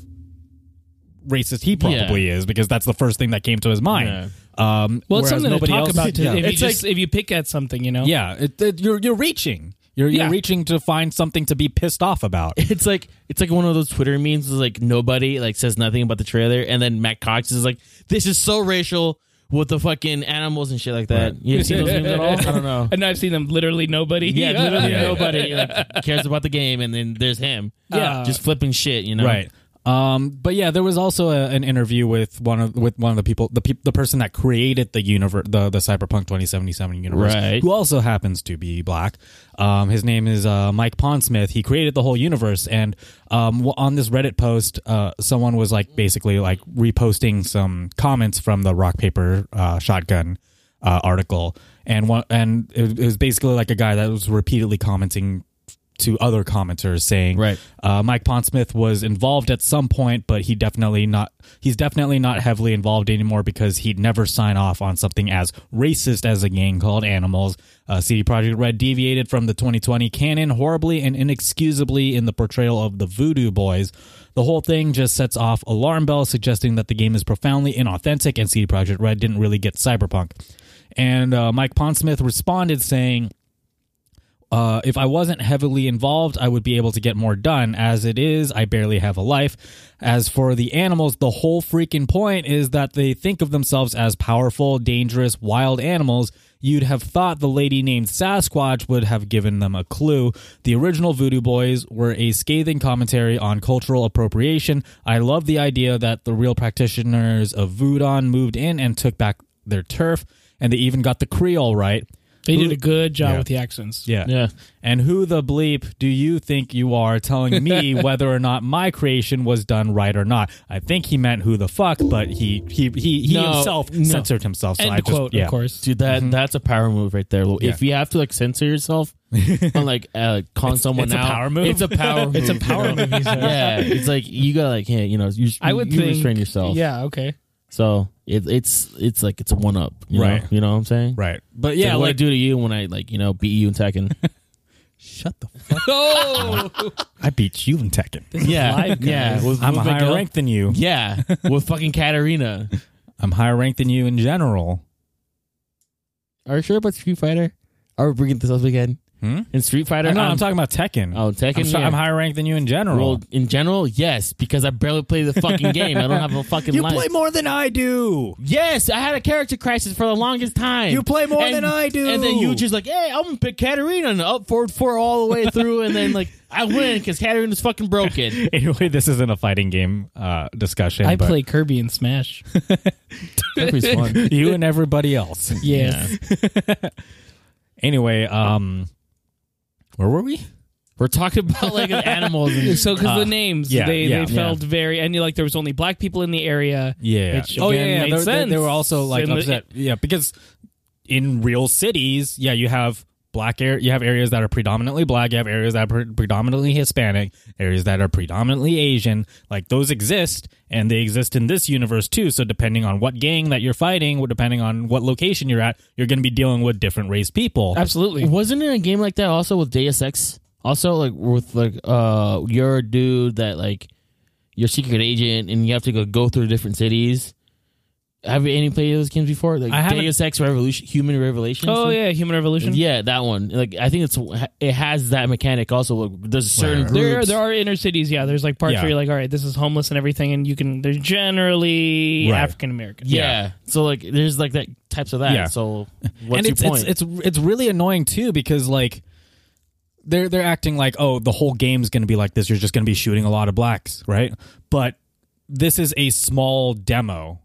Speaker 2: racist he probably is because that's the first thing that came to his mind. Um,
Speaker 3: Well,
Speaker 2: whereas
Speaker 3: it's something to
Speaker 2: nobody
Speaker 3: talk
Speaker 2: else-
Speaker 3: about. To,
Speaker 2: yeah.
Speaker 3: if, you
Speaker 2: It's
Speaker 3: just,
Speaker 2: like-
Speaker 3: if you pick at something, you know.
Speaker 2: yeah, it, it- you're you're reaching. You're,
Speaker 3: Yeah.
Speaker 2: you're reaching to find something to be pissed off about.
Speaker 1: It's like it's like one of those Twitter memes. Is like nobody like says nothing about the trailer, and then Matt Cox is like, "This is so racial with the fucking animals and shit like that." You have seen those memes at all? I don't know.
Speaker 3: And I've seen them literally nobody.
Speaker 1: Yeah, literally
Speaker 2: Yeah.
Speaker 1: nobody like, cares about the game, and then there's him.
Speaker 3: Yeah.
Speaker 1: just flipping shit, you know.
Speaker 2: Right. Um, but yeah, there was also a, an interview with one of with one of the people, the peop the person that created the universe, the, the Cyberpunk 2077 universe,
Speaker 1: Right.
Speaker 2: who also happens to be black. Um, his name is uh, Mike Pondsmith. He created the whole universe, and um, w- on this Reddit post, uh, someone was like basically like reposting some comments from the Rock Paper uh, Shotgun uh, article, and one and it, it was basically like a guy that was repeatedly commenting to other commenters saying
Speaker 1: Right.
Speaker 2: uh, Mike Pondsmith was involved at some point, but he definitely not. He's definitely not heavily involved anymore because he'd never sign off on something as racist as a gang called Animals. Uh, CD Projekt Red deviated from the 2020 canon horribly and inexcusably in the portrayal of the Voodoo Boys. The whole thing just sets off alarm bells, suggesting that the game is profoundly inauthentic, and CD Projekt Red didn't really get cyberpunk. And uh, Mike Pondsmith responded saying uh, if I wasn't heavily involved, I would be able to get more done. As it is, I barely have a life. As for the animals, the whole freaking point is that they think of themselves as powerful, dangerous, wild animals. You'd have thought the lady named Sasquatch would have given them a clue. The original Voodoo Boys were a scathing commentary on cultural appropriation. I love the idea that the real practitioners of Voodoo moved in and took back their turf, and they even got the Creole right.
Speaker 3: They did a good job
Speaker 2: Yeah.
Speaker 3: with the accents.
Speaker 2: Yeah.
Speaker 1: Yeah.
Speaker 2: And who the bleep do you think you are telling me whether or not my creation was done right or not? I think he meant who the fuck, but he he he, he
Speaker 1: No,
Speaker 2: himself
Speaker 1: no.
Speaker 2: censored himself. So
Speaker 3: End
Speaker 2: I just,
Speaker 3: quote,
Speaker 2: yeah.
Speaker 3: of course.
Speaker 1: Dude,
Speaker 2: Mm-hmm.
Speaker 1: that that's a power move right there. If you have to like censor yourself on like uh, calling someone
Speaker 2: it's a
Speaker 1: out,
Speaker 2: power move.
Speaker 1: It's a power move.
Speaker 3: It's a
Speaker 1: you
Speaker 3: power
Speaker 1: know?
Speaker 3: move, he said.
Speaker 1: Yeah, it's like you gotta like, hey, you know, you,
Speaker 3: I would
Speaker 1: you
Speaker 3: think,
Speaker 1: restrain yourself.
Speaker 3: Yeah. Okay.
Speaker 1: So it, it's it's like it's a one up. You
Speaker 2: Right.
Speaker 1: Know? You know what I'm saying?
Speaker 2: Right. But
Speaker 1: It's
Speaker 2: yeah,
Speaker 1: like, what I
Speaker 2: like,
Speaker 1: do to you when I like you know beat you in Tekken.
Speaker 2: shut the fuck.
Speaker 3: oh.
Speaker 2: I beat you in Tekken.
Speaker 1: yeah,
Speaker 3: live,
Speaker 1: yeah.
Speaker 3: guys.
Speaker 1: With,
Speaker 2: I'm
Speaker 1: with
Speaker 2: higher
Speaker 1: Miguel.
Speaker 2: ranked than you.
Speaker 1: Yeah, with fucking Katarina.
Speaker 2: I'm higher ranked than you in general.
Speaker 1: Are you sure about Street Fighter? Are we bringing this up again?
Speaker 2: Hmm?
Speaker 1: In Street Fighter,
Speaker 2: No, I'm,
Speaker 1: I'm-
Speaker 2: talking about Tekken.
Speaker 1: Oh, Tekken.
Speaker 2: I'm, so-
Speaker 1: yeah.
Speaker 2: I'm higher ranked than you in general.
Speaker 1: Well, in general, yes, because I barely play the fucking game. I don't have a fucking
Speaker 2: you
Speaker 1: life.
Speaker 2: play more than I do.
Speaker 1: yes, I had a character crisis for the longest time.
Speaker 2: You play more
Speaker 1: And-
Speaker 2: than I do.
Speaker 1: And then you just like, hey, I'm gonna pick Katarina and up forward four all the way through, and then like I win because Katarina's fucking broken.
Speaker 2: Anyway, this isn't a fighting game uh, discussion.
Speaker 3: I
Speaker 2: but
Speaker 3: play Kirby and Smash.
Speaker 1: Kirby's fun.
Speaker 2: you and everybody else.
Speaker 3: Yes.
Speaker 2: Anyway, um, where were we?
Speaker 1: We're talking about like animals. And
Speaker 3: So, because
Speaker 2: Uh,
Speaker 3: the names,
Speaker 2: yeah,
Speaker 3: they,
Speaker 2: yeah.
Speaker 3: they felt very, and like there was only black people in the area.
Speaker 2: Yeah.
Speaker 3: Which, again, made
Speaker 2: They- They, they
Speaker 3: sense.
Speaker 2: were also like
Speaker 3: And the-
Speaker 2: upset. yeah, because in real cities, yeah, you have black air. You have areas that are predominantly black. You have areas that are pre- predominantly Hispanic. Areas that are predominantly Asian. Like those exist, and they exist in this universe too. So depending on what gang that you're fighting, or depending on what location you're at, you're going to be dealing with different race people.
Speaker 3: Absolutely.
Speaker 1: Wasn't it a game like that also with Deus Ex? Also like with like uh you're a dude that like you're a secret agent and you have to go, go through different cities. Have you any played those games before? Like
Speaker 2: I haven't-
Speaker 1: Deus Ex Revolution, Human Revelation.
Speaker 3: Oh, yeah. Human Revolution.
Speaker 1: yeah, that one. Like I think it's it has that mechanic also. Like, there's certain
Speaker 2: Right.
Speaker 1: groups.
Speaker 3: There, are, there are inner cities, yeah. There's like parts
Speaker 2: Yeah.
Speaker 3: where you're like, all right, this is homeless and everything, and you can. They're generally
Speaker 2: Right.
Speaker 3: African American.
Speaker 1: yeah.
Speaker 2: yeah.
Speaker 1: So like there's like that types of that.
Speaker 2: Yeah.
Speaker 1: So what's
Speaker 2: and it's,
Speaker 1: your point?
Speaker 2: it's it's it's really annoying too because like they're they're acting like oh the whole game's going to be like this you're just going to be shooting a lot of blacks right but this is a small demo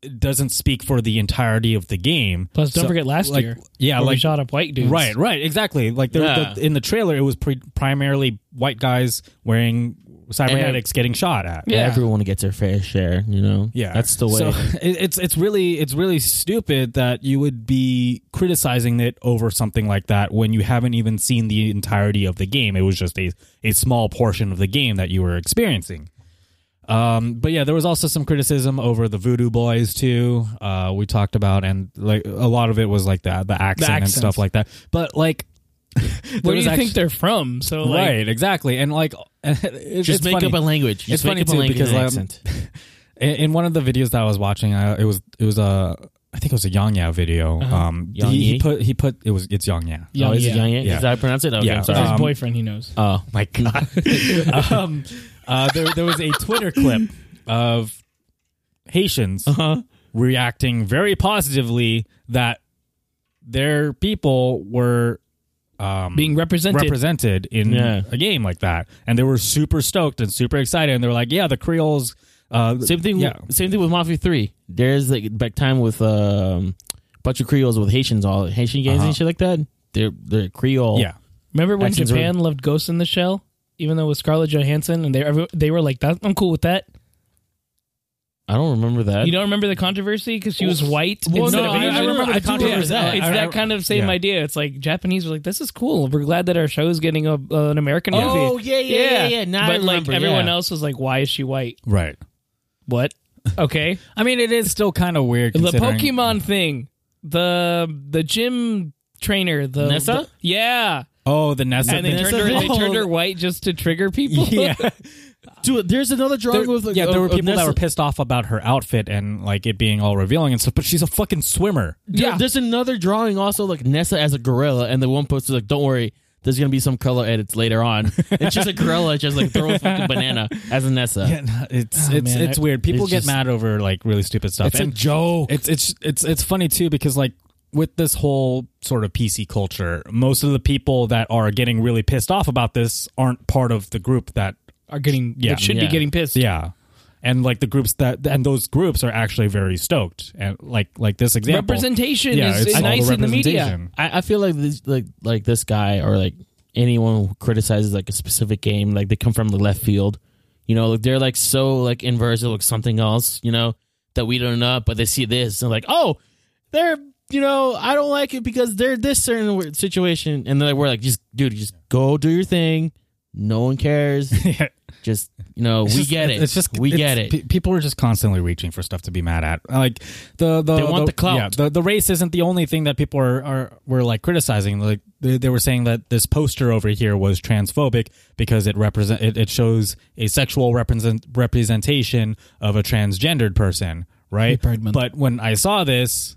Speaker 2: it doesn't speak for the entirety of the game
Speaker 3: Plus, don't
Speaker 2: So,
Speaker 3: forget last
Speaker 2: like,
Speaker 3: year,
Speaker 2: yeah
Speaker 3: where we
Speaker 2: like
Speaker 3: shot up white dudes.
Speaker 2: Right, right, exactly. Like there,
Speaker 1: Yeah.
Speaker 2: the, in the trailer, it was pre- primarily white guys wearing cybernetics getting shot at.
Speaker 3: Yeah.
Speaker 1: Everyone gets their fair share. You know.
Speaker 2: Yeah,
Speaker 1: That's the way.
Speaker 2: So it- it's it's really it's really stupid that you would be criticizing it over something like that when you haven't even seen the entirety of the game. It was just a a small portion of the game that you were experiencing. Um, but yeah, there was also some criticism over the Voodoo Boys too. Uh, we talked about and like a lot of it was like that the accent and
Speaker 3: accents.
Speaker 2: stuff like that. But like,
Speaker 3: Where do you
Speaker 2: actu-
Speaker 3: think they're from? So, like,
Speaker 2: right? Exactly, and like it,
Speaker 1: just
Speaker 2: it's
Speaker 1: make
Speaker 2: funny.
Speaker 1: up a language. Just
Speaker 2: funny
Speaker 1: make up a
Speaker 2: too,
Speaker 1: language
Speaker 2: because,
Speaker 1: and
Speaker 2: um,
Speaker 1: accent.
Speaker 2: In, in one of the videos that I was watching, I, it was it was a I think it was a Yang Yao video. Um,
Speaker 1: Yang
Speaker 2: he, he
Speaker 1: Yi?
Speaker 2: put he put it was it's Yang Yao.
Speaker 3: Yeah,
Speaker 1: oh, is it
Speaker 3: yeah.
Speaker 1: Yang Yang?
Speaker 2: Yeah.
Speaker 1: Is that how I pronounce it? Okay,
Speaker 2: Yeah.
Speaker 1: I'm
Speaker 3: Or
Speaker 1: sorry.
Speaker 3: his
Speaker 2: Um,
Speaker 3: boyfriend, he knows.
Speaker 1: oh.
Speaker 2: my god. um, uh, there there was a Twitter clip of Haitians
Speaker 1: Uh-huh.
Speaker 2: reacting very positively that their people were um,
Speaker 3: Being represented.
Speaker 2: represented in
Speaker 1: Yeah.
Speaker 2: a game like that, and they were super stoked and super excited, and they were like, "Yeah, the Creoles." Uh,
Speaker 1: Same thing.
Speaker 2: Yeah.
Speaker 1: Same thing with Mafia Three. There's like back time with um, bunch of Creoles with Haitians, all Haitian gangs
Speaker 2: Uh-huh.
Speaker 1: and shit like that. They're they're Creole.
Speaker 2: yeah,
Speaker 3: Remember when
Speaker 1: Actions
Speaker 3: Japan loved Ghost in the Shell, even though it was Scarlett Johansson, and they every- they were like, that, "I'm cool with that."
Speaker 1: I don't remember that.
Speaker 3: You don't remember the controversy because she was white
Speaker 1: Well,
Speaker 3: instead
Speaker 1: no,
Speaker 3: of
Speaker 1: I-
Speaker 3: Asian.
Speaker 1: I remember the
Speaker 3: do
Speaker 1: controversy.
Speaker 3: that. It's
Speaker 2: I- I-
Speaker 3: that kind of same
Speaker 2: yeah.
Speaker 3: idea. It's like Japanese were like, "This is cool. We're glad that our show is getting a, an American
Speaker 1: Oh
Speaker 3: movie."
Speaker 1: yeah, yeah, yeah, yeah. yeah. Now I
Speaker 3: but like
Speaker 1: remember,
Speaker 3: everyone
Speaker 1: yeah.
Speaker 3: else was like, "Why is she white?
Speaker 2: right.
Speaker 3: What? Okay,
Speaker 2: I mean, it is still kind of weird.
Speaker 3: the
Speaker 2: considering-
Speaker 3: Pokemon thing, the the gym trainer, the
Speaker 1: Nessa?
Speaker 3: the- yeah,
Speaker 2: Oh, the Nessa.
Speaker 3: and they
Speaker 2: thing.
Speaker 1: Nessa
Speaker 3: turned her they
Speaker 1: thing?
Speaker 3: turned her white just to trigger people.
Speaker 2: yeah,
Speaker 1: Dude, there's another drawing
Speaker 2: There-
Speaker 1: with like,
Speaker 2: yeah, there
Speaker 1: of-
Speaker 2: were
Speaker 1: of
Speaker 2: people that
Speaker 1: Nessa-
Speaker 2: were pissed off about her outfit and like it being all revealing and stuff. But she's a fucking swimmer.
Speaker 1: Dude,
Speaker 3: Yeah.
Speaker 1: There's another drawing also like Nessa as a gorilla, and the one poster like, "Don't worry, there's gonna be some color edits later on." it's just a gorilla, just like throw a fucking banana as a Nessa.
Speaker 2: it's
Speaker 3: Oh,
Speaker 2: it's
Speaker 3: man,
Speaker 2: it's
Speaker 3: I-
Speaker 2: weird. People
Speaker 1: it's
Speaker 2: get
Speaker 1: just-
Speaker 2: mad over like really stupid stuff.
Speaker 1: It's a
Speaker 2: and
Speaker 1: joke.
Speaker 2: it's it's it's it's funny too because like with this whole sort of PC culture, most of the people that are getting really pissed off about this aren't part of the group that
Speaker 3: Are getting
Speaker 2: Yeah.
Speaker 3: that should
Speaker 1: Yeah.
Speaker 3: be getting pissed.
Speaker 2: yeah. And like the groups that and those groups are actually very stoked and like like this example
Speaker 3: Representation
Speaker 2: Yeah,
Speaker 3: is,
Speaker 2: it's
Speaker 3: is
Speaker 2: all
Speaker 3: nice
Speaker 2: the
Speaker 3: in the media.
Speaker 2: representation.
Speaker 1: I, I feel like this like like this guy or like anyone who criticizes like a specific game, like they come from the left field. You know, like they're like so like inverse of like something else, you know, that we don't know, but they see this and like, oh, they're you know, I don't like it because they're this certain w- situation, and then we're like, just dude, just go do your thing. No one cares. Just you know, we
Speaker 2: It's just-
Speaker 1: get it.
Speaker 2: It's just
Speaker 1: we
Speaker 2: it's-
Speaker 1: get it.
Speaker 2: pe- people are just constantly reaching for stuff to be mad at. Like the the
Speaker 1: They want the clout.
Speaker 2: Yeah, the, the race isn't the only thing that people are, are were like criticizing. Like they, they were saying that this poster over here was transphobic because it represent it, it shows a sexual represent representation of a transgendered person, right?
Speaker 3: Pride Month.
Speaker 2: But when I saw this,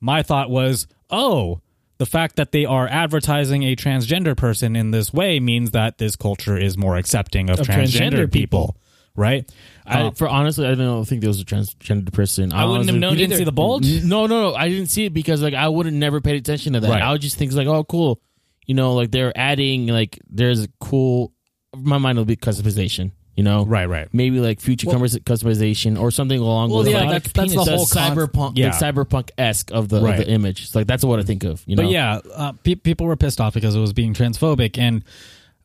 Speaker 2: my thought was, oh, the fact that they are advertising a transgender person in this way means that this culture is more accepting of,
Speaker 3: Of
Speaker 2: transgender,
Speaker 3: transgender
Speaker 2: people, right? Uh-huh.
Speaker 1: I, for honestly, I don't think there was a transgender person.
Speaker 3: I wouldn't have
Speaker 1: honestly-
Speaker 3: known
Speaker 2: you didn't
Speaker 3: either.
Speaker 2: see the bulge?
Speaker 1: N- No, no, no. I didn't see it because like I would have never paid attention to that.
Speaker 2: Right.
Speaker 1: I would just think like, oh, cool. You know, like they're adding like there's a cool. My mind will be customization. You know,
Speaker 2: Right, right.
Speaker 1: Maybe like future cumbrous- customization or something along
Speaker 2: Well,
Speaker 1: with
Speaker 2: yeah,
Speaker 1: like,
Speaker 2: that's- that's the whole con-
Speaker 1: cyberpunk,
Speaker 2: yeah.
Speaker 1: like cyberpunk esque of the,
Speaker 2: Right.
Speaker 1: of the image. It's like that's what I think of. You know,
Speaker 2: But yeah, uh, pe- people were pissed off because it was being transphobic, and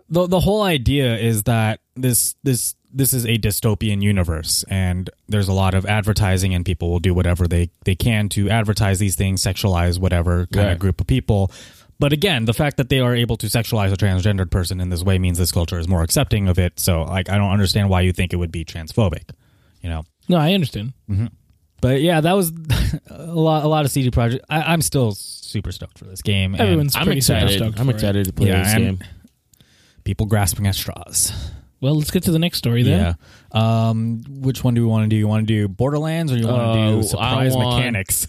Speaker 2: the the whole idea is that this this this is a dystopian universe, and there's a lot of advertising, and people will do whatever they they can to advertise these things, sexualize whatever kind
Speaker 1: Yeah.
Speaker 2: of group of people. But again, the fact that they are able to sexualize a transgendered person in this way means this culture is more accepting of it. So, like, I don't understand why you think it would be transphobic, you know.
Speaker 3: No, I understand.
Speaker 2: But yeah, that was a lot. A lot of CD project. I, I'm still super stoked for this game. and-
Speaker 3: Everyone's
Speaker 1: I'm
Speaker 3: pretty super
Speaker 1: excited.
Speaker 3: stoked
Speaker 1: I'm
Speaker 3: for it.
Speaker 1: excited to play
Speaker 2: Yeah,
Speaker 1: this
Speaker 2: I'm-
Speaker 1: game.
Speaker 2: people grasping at straws.
Speaker 3: Well, let's get to the next story then.
Speaker 2: Yeah. Um, which one do we want to do? You want to do Borderlands or you want to
Speaker 1: Uh,
Speaker 2: do
Speaker 1: I
Speaker 2: Surprise
Speaker 1: want-
Speaker 2: Mechanics?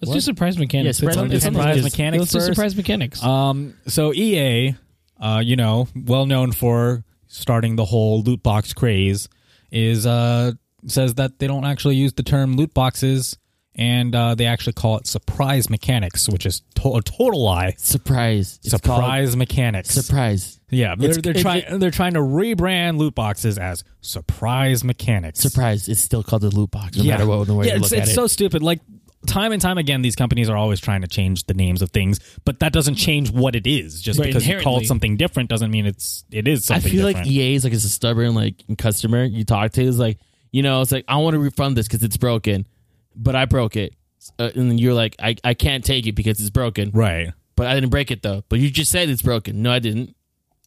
Speaker 3: Let's
Speaker 1: What?
Speaker 3: do surprise
Speaker 1: Yeah,
Speaker 3: mechanics.
Speaker 1: surprise
Speaker 3: It's on- it's on the
Speaker 1: mechanics
Speaker 3: list.
Speaker 1: is-
Speaker 2: Mechanics
Speaker 3: Let's do
Speaker 2: first.
Speaker 3: surprise mechanics.
Speaker 2: Um, so EA, uh, you know, well known for starting the whole loot box craze, is uh says that they don't actually use the term loot boxes. And uh, they actually call it surprise mechanics, which is to- a total lie.
Speaker 1: Surprise! It's called
Speaker 2: surprise mechanics.
Speaker 1: Surprise!
Speaker 2: yeah, they're,
Speaker 1: It's-
Speaker 2: they're
Speaker 1: it's-
Speaker 2: trying. They're trying to rebrand loot boxes as surprise mechanics.
Speaker 1: Surprise! It's still called the loot box, no matter what the way
Speaker 2: yeah,
Speaker 1: you
Speaker 2: it's,
Speaker 1: look at
Speaker 2: it's
Speaker 1: it.
Speaker 2: so stupid. Like time and time again, these companies are always trying to change the names of things, but that doesn't change what it is. Just
Speaker 3: Right,
Speaker 2: because you call
Speaker 3: inherently.
Speaker 2: it something different doesn't mean it's it is
Speaker 1: I
Speaker 2: something.
Speaker 1: feel like e
Speaker 2: different.
Speaker 1: EA is like it's a stubborn like customer you talk to is like you know it's like I want to refund this because it's broken, but I broke it, uh, and then you're like I, I can't take it because it's broken,
Speaker 2: right.
Speaker 1: but I didn't break it though. But you just said it's broken. No, I didn't.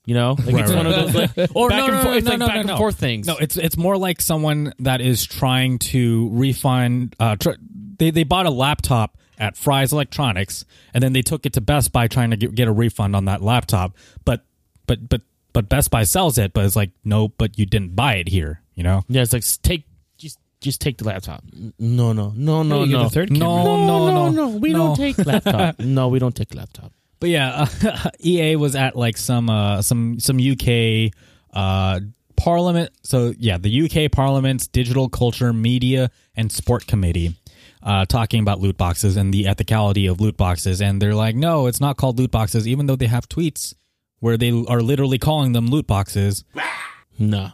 Speaker 1: You know, like it's
Speaker 2: right.
Speaker 1: one of those like
Speaker 2: Or
Speaker 1: back
Speaker 2: no,
Speaker 1: and
Speaker 2: no,
Speaker 1: forth,
Speaker 2: no,
Speaker 1: it's
Speaker 2: no,
Speaker 1: like
Speaker 2: no,
Speaker 1: back
Speaker 2: no,
Speaker 1: and
Speaker 2: no.
Speaker 1: forth things.
Speaker 2: No, it's it's more like someone that is trying to refund. Uh, tr- they they bought a laptop at Fry's Electronics, and then they took it to Best Buy trying to get, get a refund on that laptop. But but but but Best Buy sells it, but it's like no, but you didn't buy it here. You know.
Speaker 1: yeah, it's like s- take just just take the laptop. N- No, no, no, no,
Speaker 3: you get
Speaker 1: no.
Speaker 3: the third
Speaker 2: No,
Speaker 3: camera.
Speaker 1: no, no, no, no, We
Speaker 2: no.
Speaker 1: don't take laptop. no, we don't take laptop.
Speaker 2: But yeah, EA was at like some uh, some some UK uh, Parliament. So yeah, the UK Parliament's Digital Culture, Media, and Sport Committee. Uh, talking about loot boxes and the ethicality of loot boxes, and they're like, no, it's not called loot boxes, even though they have tweets where they are literally calling them loot boxes.
Speaker 1: No,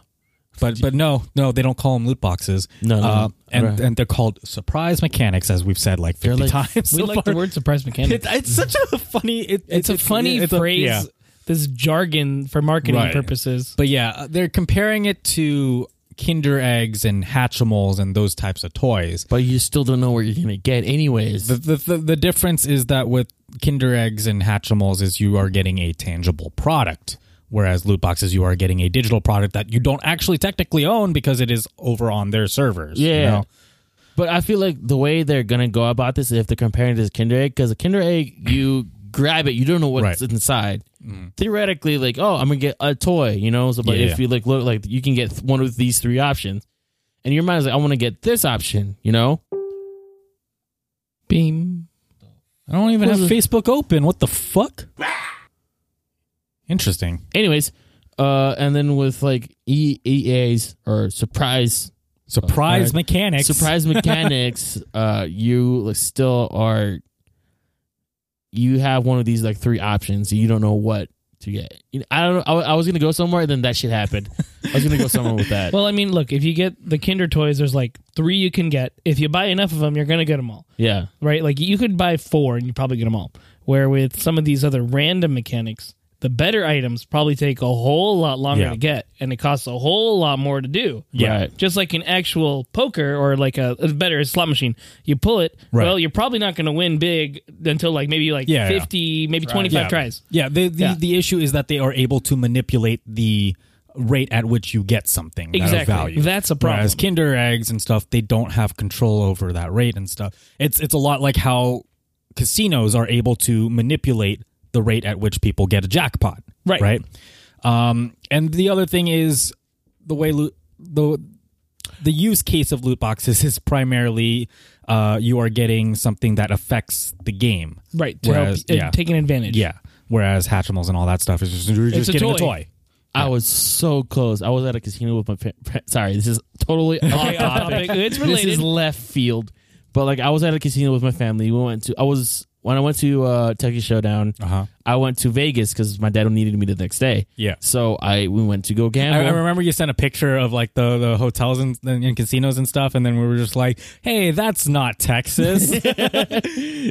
Speaker 2: But but no, no, they don't call them loot boxes.
Speaker 1: No, no,
Speaker 2: uh,
Speaker 1: no.
Speaker 2: and
Speaker 1: Right.
Speaker 2: and they're called surprise mechanics, as we've said like
Speaker 1: They're
Speaker 2: fifty
Speaker 1: like-
Speaker 2: times.
Speaker 3: We
Speaker 2: so
Speaker 3: like
Speaker 2: far.
Speaker 3: the word surprise mechanic.
Speaker 2: It's, it's such a funny. It,
Speaker 3: It's a funny
Speaker 2: it's
Speaker 3: phrase.
Speaker 2: yeah.
Speaker 3: This jargon for marketing
Speaker 2: Right.
Speaker 3: purposes.
Speaker 2: But yeah, uh, they're comparing it to Kinder Eggs and Hatchimals and those types of toys.
Speaker 1: but you still don't know what you're gonna get, anyways.
Speaker 2: The, the, the, the difference is that with Kinder Eggs and Hatchimals is you are getting a tangible product, whereas loot boxes you are getting a digital product that you don't actually technically own because it is over on their servers. you
Speaker 1: Yeah.
Speaker 2: know?
Speaker 1: But I feel like the way they're gonna go about this, if they're comparing it to Kinder Egg, because a Kinder Egg, you grab it, you don't know what's
Speaker 2: Right.
Speaker 1: inside. Theoretically, like, oh, I'm gonna get a toy, you know. So, but
Speaker 2: Yeah,
Speaker 1: if
Speaker 2: yeah.
Speaker 1: you like look, like you can get th- one of these three options, and your mind is like, I want to get this option, you know.
Speaker 3: Beam.
Speaker 2: I don't even have
Speaker 1: Was
Speaker 2: Facebook open. What the fuck? Interesting.
Speaker 1: Anyways, uh, and then with like EEA's or surprise
Speaker 2: Surprise
Speaker 1: Alright.
Speaker 2: mechanics.
Speaker 1: Uh, surprise mechanics, uh, you like, still are. You have one of these like three options. You don't know what to get. You know, I don't. know. I, wa- I was gonna go somewhere, then that shit happened. I was gonna go somewhere with that.
Speaker 3: Well, I mean, look, if you get the Kinder toys, there's like three you can get. If you buy enough of them, you're going to get them all,
Speaker 1: yeah,
Speaker 3: right? Like you could buy four and you probably get them all. Where with some of these other random mechanics, the better items probably take a whole lot longer
Speaker 2: Yeah.
Speaker 3: to get and it costs a whole lot more to do.
Speaker 2: Yeah.
Speaker 1: Right.
Speaker 3: Just like an actual poker or like a a better a slot machine, you pull it.
Speaker 2: Right.
Speaker 3: Well, you're probably not going to win big until like maybe like
Speaker 2: Yeah, yeah.
Speaker 3: 50, maybe 25
Speaker 2: yeah.
Speaker 3: tries.
Speaker 2: Yeah, the, the,
Speaker 3: Yeah.
Speaker 2: the issue is that they are able to manipulate the rate at which you get something that of
Speaker 3: Exactly.
Speaker 2: value.
Speaker 3: That's a problem.
Speaker 2: Whereas Kinder eggs and stuff, they don't have control over that rate and stuff. It's it's a lot like how casinos are able to manipulate the rate at which people get a jackpot.
Speaker 3: Right.
Speaker 2: Right. Um, and the other thing is the way loot, the the use case of loot boxes is primarily uh, you are getting something that affects the game.
Speaker 3: Right. To
Speaker 2: Whereas-
Speaker 3: help, uh,
Speaker 2: yeah.
Speaker 3: taking advantage.
Speaker 2: Yeah. Whereas Hatchimals and all that stuff is just you're just
Speaker 3: a
Speaker 2: getting a
Speaker 3: toy.
Speaker 2: toy.
Speaker 1: I was so close. I was at a casino with my parents. Sorry, this is totally off topic.
Speaker 3: topic. It's
Speaker 1: This
Speaker 3: related.
Speaker 1: is left field, but like I was at a casino with my family. We went to. I was when I went to uh, Texas Showdown.
Speaker 2: Uh huh.
Speaker 1: I went to Vegas because my dad needed me the next day.
Speaker 2: Yeah.
Speaker 1: So I we went to go
Speaker 2: I,
Speaker 1: gamble.
Speaker 2: I remember you sent a picture of like the, the hotels and, and, and casinos and stuff, and then we were just like, "Hey, that's not Texas."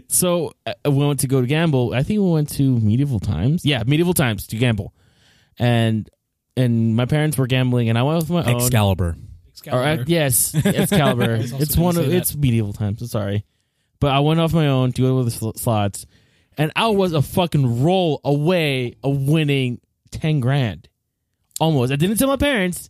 Speaker 1: so uh, we went to go to gamble. I think we went to medieval times. Yeah, medieval times to gamble, and and my parents were gambling, and I went with my own.
Speaker 2: Excalibur.
Speaker 1: Or, uh, yes, Excalibur.
Speaker 3: was also
Speaker 1: it's
Speaker 3: gonna
Speaker 1: one of
Speaker 3: say that.
Speaker 1: it's medieval times. I'm sorry, but I went off my own to go with the sl- slots, and I was a fucking roll away of winning ten grand, almost. I didn't tell my parents.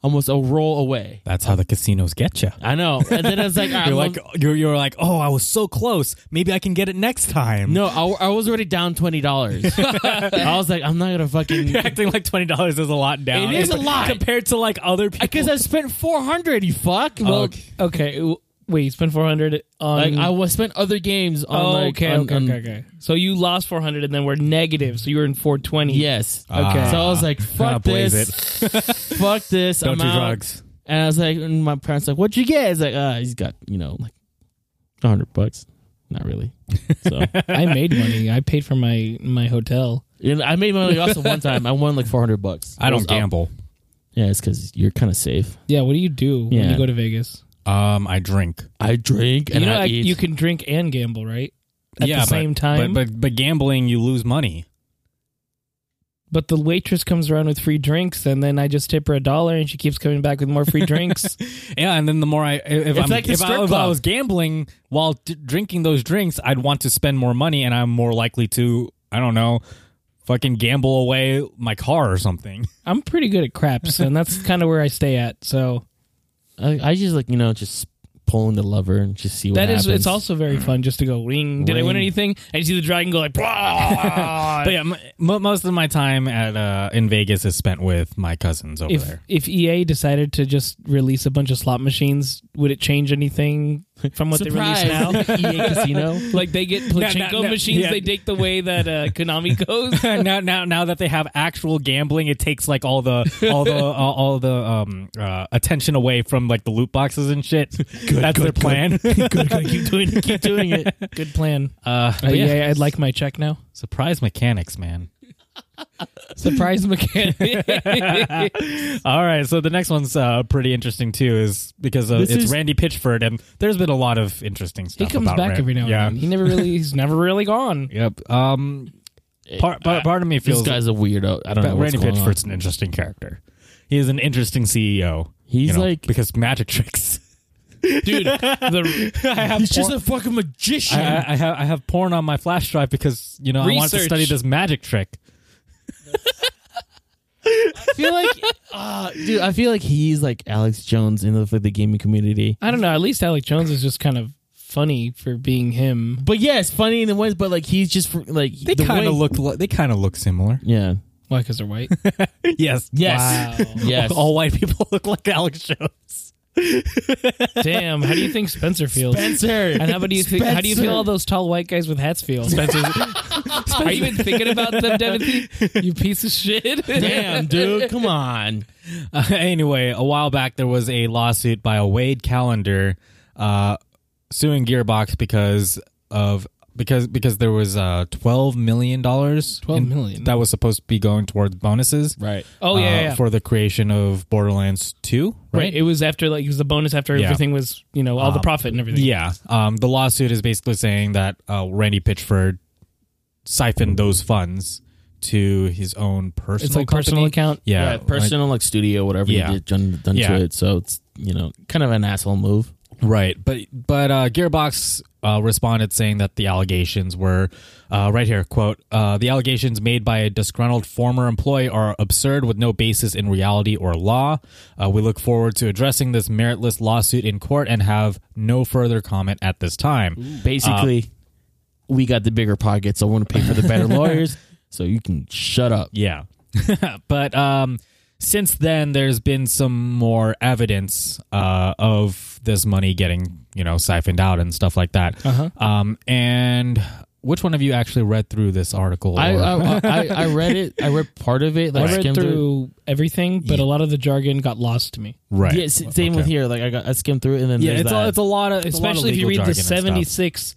Speaker 1: Almost a roll away.
Speaker 2: That's how the casinos get you.
Speaker 1: I know, and then I was like, all right,
Speaker 2: You're
Speaker 1: well,
Speaker 2: like you're, you're like, "Oh, I was so close. Maybe I can get it next time."
Speaker 1: No, I, I was already down twenty dollars. I was like, I'm not gonna fucking
Speaker 2: You're acting like twenty dollars is a lot down.
Speaker 1: It is a lot.
Speaker 2: compared to like other people.
Speaker 1: because I spent four hundred. You fuck. Well,
Speaker 2: Okay.
Speaker 3: Okay. w- Wait, you spent 400 on.
Speaker 1: like I was spent other games on.
Speaker 3: oh,
Speaker 1: like,
Speaker 3: okay,
Speaker 1: on-
Speaker 3: okay,
Speaker 1: on-
Speaker 3: okay, okay. So you lost 400 and then we're negative. So you were in 420.
Speaker 1: Yes. Okay.
Speaker 2: Ah.
Speaker 1: so I was like,
Speaker 2: Ah,
Speaker 1: fuck
Speaker 2: blaze
Speaker 1: this. Fuck this.
Speaker 2: Don't
Speaker 1: I'm
Speaker 2: do
Speaker 1: out.
Speaker 2: drugs.
Speaker 1: And I was like, and my parents like, what'd you get? It's like, uh, he's got you know like hundred bucks. Not really. So
Speaker 3: I made money. I paid for my my hotel.
Speaker 1: and I made money also one time. I won like four hundred bucks.
Speaker 2: I
Speaker 1: was
Speaker 2: don't
Speaker 1: up.
Speaker 2: gamble.
Speaker 1: Yeah, it's because you're kind of safe.
Speaker 3: Yeah. What do you do when
Speaker 1: Yeah.
Speaker 3: you go to Vegas?
Speaker 2: Um, I drink.
Speaker 1: I drink and
Speaker 3: you know,
Speaker 1: I,
Speaker 3: like,
Speaker 1: eat.
Speaker 3: you can drink and gamble, right? At
Speaker 2: yeah,
Speaker 3: the
Speaker 2: but-
Speaker 3: same time.
Speaker 2: But, but but gambling, you lose money.
Speaker 3: But the waitress comes around with free drinks, and then I just tip her a dollar, and she keeps coming back with more free drinks.
Speaker 2: Yeah, and then the more I if, I'm,
Speaker 1: like a
Speaker 2: if, I,
Speaker 1: strip
Speaker 2: if I
Speaker 1: club.
Speaker 2: was gambling while d- drinking those drinks, I'd want to spend more money, and I'm more likely to I don't know, fucking gamble away my car or something.
Speaker 3: I'm pretty good at craps, and that's kind of where I stay at. So
Speaker 1: I, I just like you know just pulling the lever and just see what
Speaker 3: that is,
Speaker 1: happens.
Speaker 3: it's also very fun just to go ring. Did I
Speaker 1: Ring.
Speaker 3: win anything? And you see the dragon go like,
Speaker 1: Ah.
Speaker 3: "Blah."
Speaker 2: But yeah, m- mo most of my time at uh, in Vegas is spent with my cousins over
Speaker 3: if E
Speaker 2: there.
Speaker 3: if EA decided to just release a bunch of slot machines would it change anything from what
Speaker 1: Surprise!
Speaker 3: they release now?
Speaker 1: EA Casino.
Speaker 3: Like they get Pachinko
Speaker 2: no, no,
Speaker 3: machines,
Speaker 2: yeah.
Speaker 3: they take the way that uh, Konami goes.
Speaker 2: now, now, now that they have actual gambling, it takes like all the all the all, all the um uh, attention away from like the loot boxes and shit. That's their plan.
Speaker 1: Good, good, keep doing it. Keep doing it.
Speaker 3: Good plan.
Speaker 2: Uh,
Speaker 3: Uh,
Speaker 2: but yeah,
Speaker 3: yeah. I'd like my check now.
Speaker 2: surprise mechanics, man.
Speaker 3: Surprise mechanic.
Speaker 2: All right, so the next one's uh, pretty interesting too, is because uh,
Speaker 1: This
Speaker 2: it's
Speaker 1: is-
Speaker 2: Randy Pitchford, and there's been a lot of interesting
Speaker 3: he
Speaker 2: stuff.
Speaker 3: comes
Speaker 2: about
Speaker 3: back
Speaker 2: Ran-
Speaker 3: every now and
Speaker 2: yeah.
Speaker 3: then. He never really, he's never really gone.
Speaker 2: Yep. Um, part, part, part of me
Speaker 1: This
Speaker 2: feels
Speaker 1: guy's a weirdo. I don't know
Speaker 2: that
Speaker 1: what's
Speaker 2: Randy
Speaker 1: going on.
Speaker 2: Pitchford's an interesting character. He is an interesting CEO.
Speaker 1: He's
Speaker 2: you know,
Speaker 1: like-
Speaker 2: because magic tricks.
Speaker 3: Dude, the,
Speaker 1: He's just a fucking magician.
Speaker 2: I, I, I have I have porn on my flash drive because you know I want to
Speaker 3: Research.
Speaker 2: study this magic trick.
Speaker 1: I feel like, uh, dude, I feel like he's like Alex Jones in the, like, the gaming community.
Speaker 3: I don't know. At least Alec Jones is just kind of funny for being him.
Speaker 1: But yeah, it's funny in the ways, but like he's just fr- like
Speaker 2: They
Speaker 1: the
Speaker 2: kind
Speaker 1: way-
Speaker 2: of look li- they kind of look similar.
Speaker 1: Yeah.
Speaker 3: Why? Because they're white.
Speaker 2: yes.
Speaker 1: Yes. Yes.
Speaker 2: All white people look like Alex Jones.
Speaker 3: Damn. How do you think Spencer feels?
Speaker 1: Spencer.
Speaker 3: And how do you think, how do you feel
Speaker 1: Spencer.
Speaker 3: all those tall white guys with hats feel? Spencer, are you even thinking about them, Devin? You piece of shit.
Speaker 1: Damn, dude. Come on.
Speaker 2: Uh, anyway, a while back there was a lawsuit by a Wade Calendar uh, suing Gearbox because of because because there was uh, twelve million dollars
Speaker 3: Twelve million.
Speaker 2: that was supposed to be going towards bonuses.
Speaker 1: Right.
Speaker 3: Oh yeah,
Speaker 2: uh,
Speaker 3: yeah, yeah.
Speaker 2: for the creation of Borderlands Two,
Speaker 3: right.
Speaker 2: right?
Speaker 3: It was after like it was the bonus after
Speaker 2: Yeah. Uh,
Speaker 3: everything was you know all the profit and everything.
Speaker 2: Yeah. Um, the lawsuit is basically saying that uh, Randy Pitchford siphoned those funds to his own personal
Speaker 3: it's like
Speaker 2: company.
Speaker 3: personal account.
Speaker 2: Yeah.
Speaker 1: personal like, studio, whatever
Speaker 2: Yeah.
Speaker 1: you did done, done
Speaker 2: Yeah.
Speaker 1: to it. So it's you know kind of an asshole move.
Speaker 2: Right, but but uh, Gearbox uh, responded saying that the allegations were uh, right here quote uh, the allegations made by a disgruntled former employee are absurd with no basis in reality or law. Uh, we look forward to addressing this meritless lawsuit in court and have no further comment at this time.
Speaker 1: Basically, Uh, we got the bigger pockets. so I want to pay for the better lawyers. So you can shut up.
Speaker 2: Yeah. but um, since then, there's been some more evidence uh, of this money getting, you know, siphoned out and stuff like that.
Speaker 3: Uh-huh.
Speaker 2: Um, and which one of you actually read through this article?
Speaker 1: I,
Speaker 2: or-
Speaker 3: uh,
Speaker 1: I, I I read it. I read part of it.
Speaker 3: I
Speaker 1: Like
Speaker 3: read
Speaker 1: skimmed
Speaker 3: through everything, but a lot of the jargon got lost to me.
Speaker 2: right.
Speaker 1: Yeah, s- same with
Speaker 2: Okay.
Speaker 1: here. Like I got I skimmed through it and then
Speaker 2: Yeah,
Speaker 1: there's
Speaker 2: it's
Speaker 1: that.
Speaker 2: a, it's a lot of, it's a lot of
Speaker 3: Especially if you read
Speaker 2: legal
Speaker 3: the
Speaker 2: jargon and stuff.
Speaker 3: 76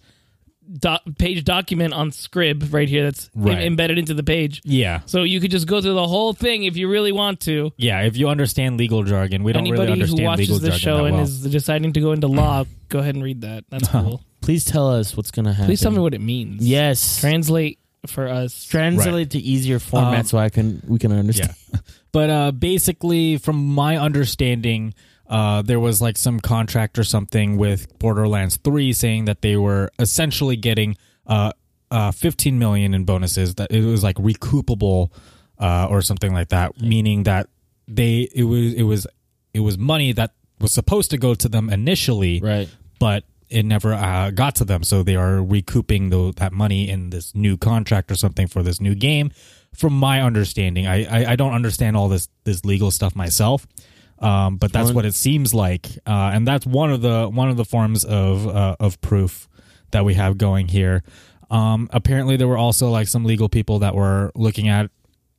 Speaker 3: doc- page document on Scrib right here that's in-
Speaker 2: Right.
Speaker 3: embedded into the page.
Speaker 2: Yeah.
Speaker 3: So you could just go through the whole thing if you really want to.
Speaker 2: Yeah, if you understand legal jargon, we don't
Speaker 3: Anybody
Speaker 2: really
Speaker 3: who
Speaker 2: understand legal
Speaker 3: watches
Speaker 2: jargon
Speaker 3: this show
Speaker 2: that
Speaker 3: and
Speaker 2: well.
Speaker 3: is deciding to go into law, go ahead and read that. That's cool.
Speaker 1: Please tell us what's gonna happen.
Speaker 3: Please tell me what it means.
Speaker 1: Yes.
Speaker 3: Translate for us.
Speaker 1: Translate to easier format
Speaker 2: Um,
Speaker 1: so I can we can understand.
Speaker 2: Yeah. But uh, basically, from my understanding, uh, there was like some contract or something with Borderlands 3 saying that they were essentially getting uh, uh, 15 million in bonuses, that it was like recoupable uh, or something like that, meaning that they it was it was it was money that was supposed to go to them initially
Speaker 1: Right.
Speaker 2: but it never uh, got to them. So they are recouping tho- that money in this new contract or something for this new game. From my understanding, I, I, I don't understand all this this legal stuff myself, um, but that's
Speaker 1: Well-
Speaker 2: what it seems like, uh, and that's one of the one of the forms of uh, of proof that we have going here. Um, apparently, there were also like some legal people that were looking at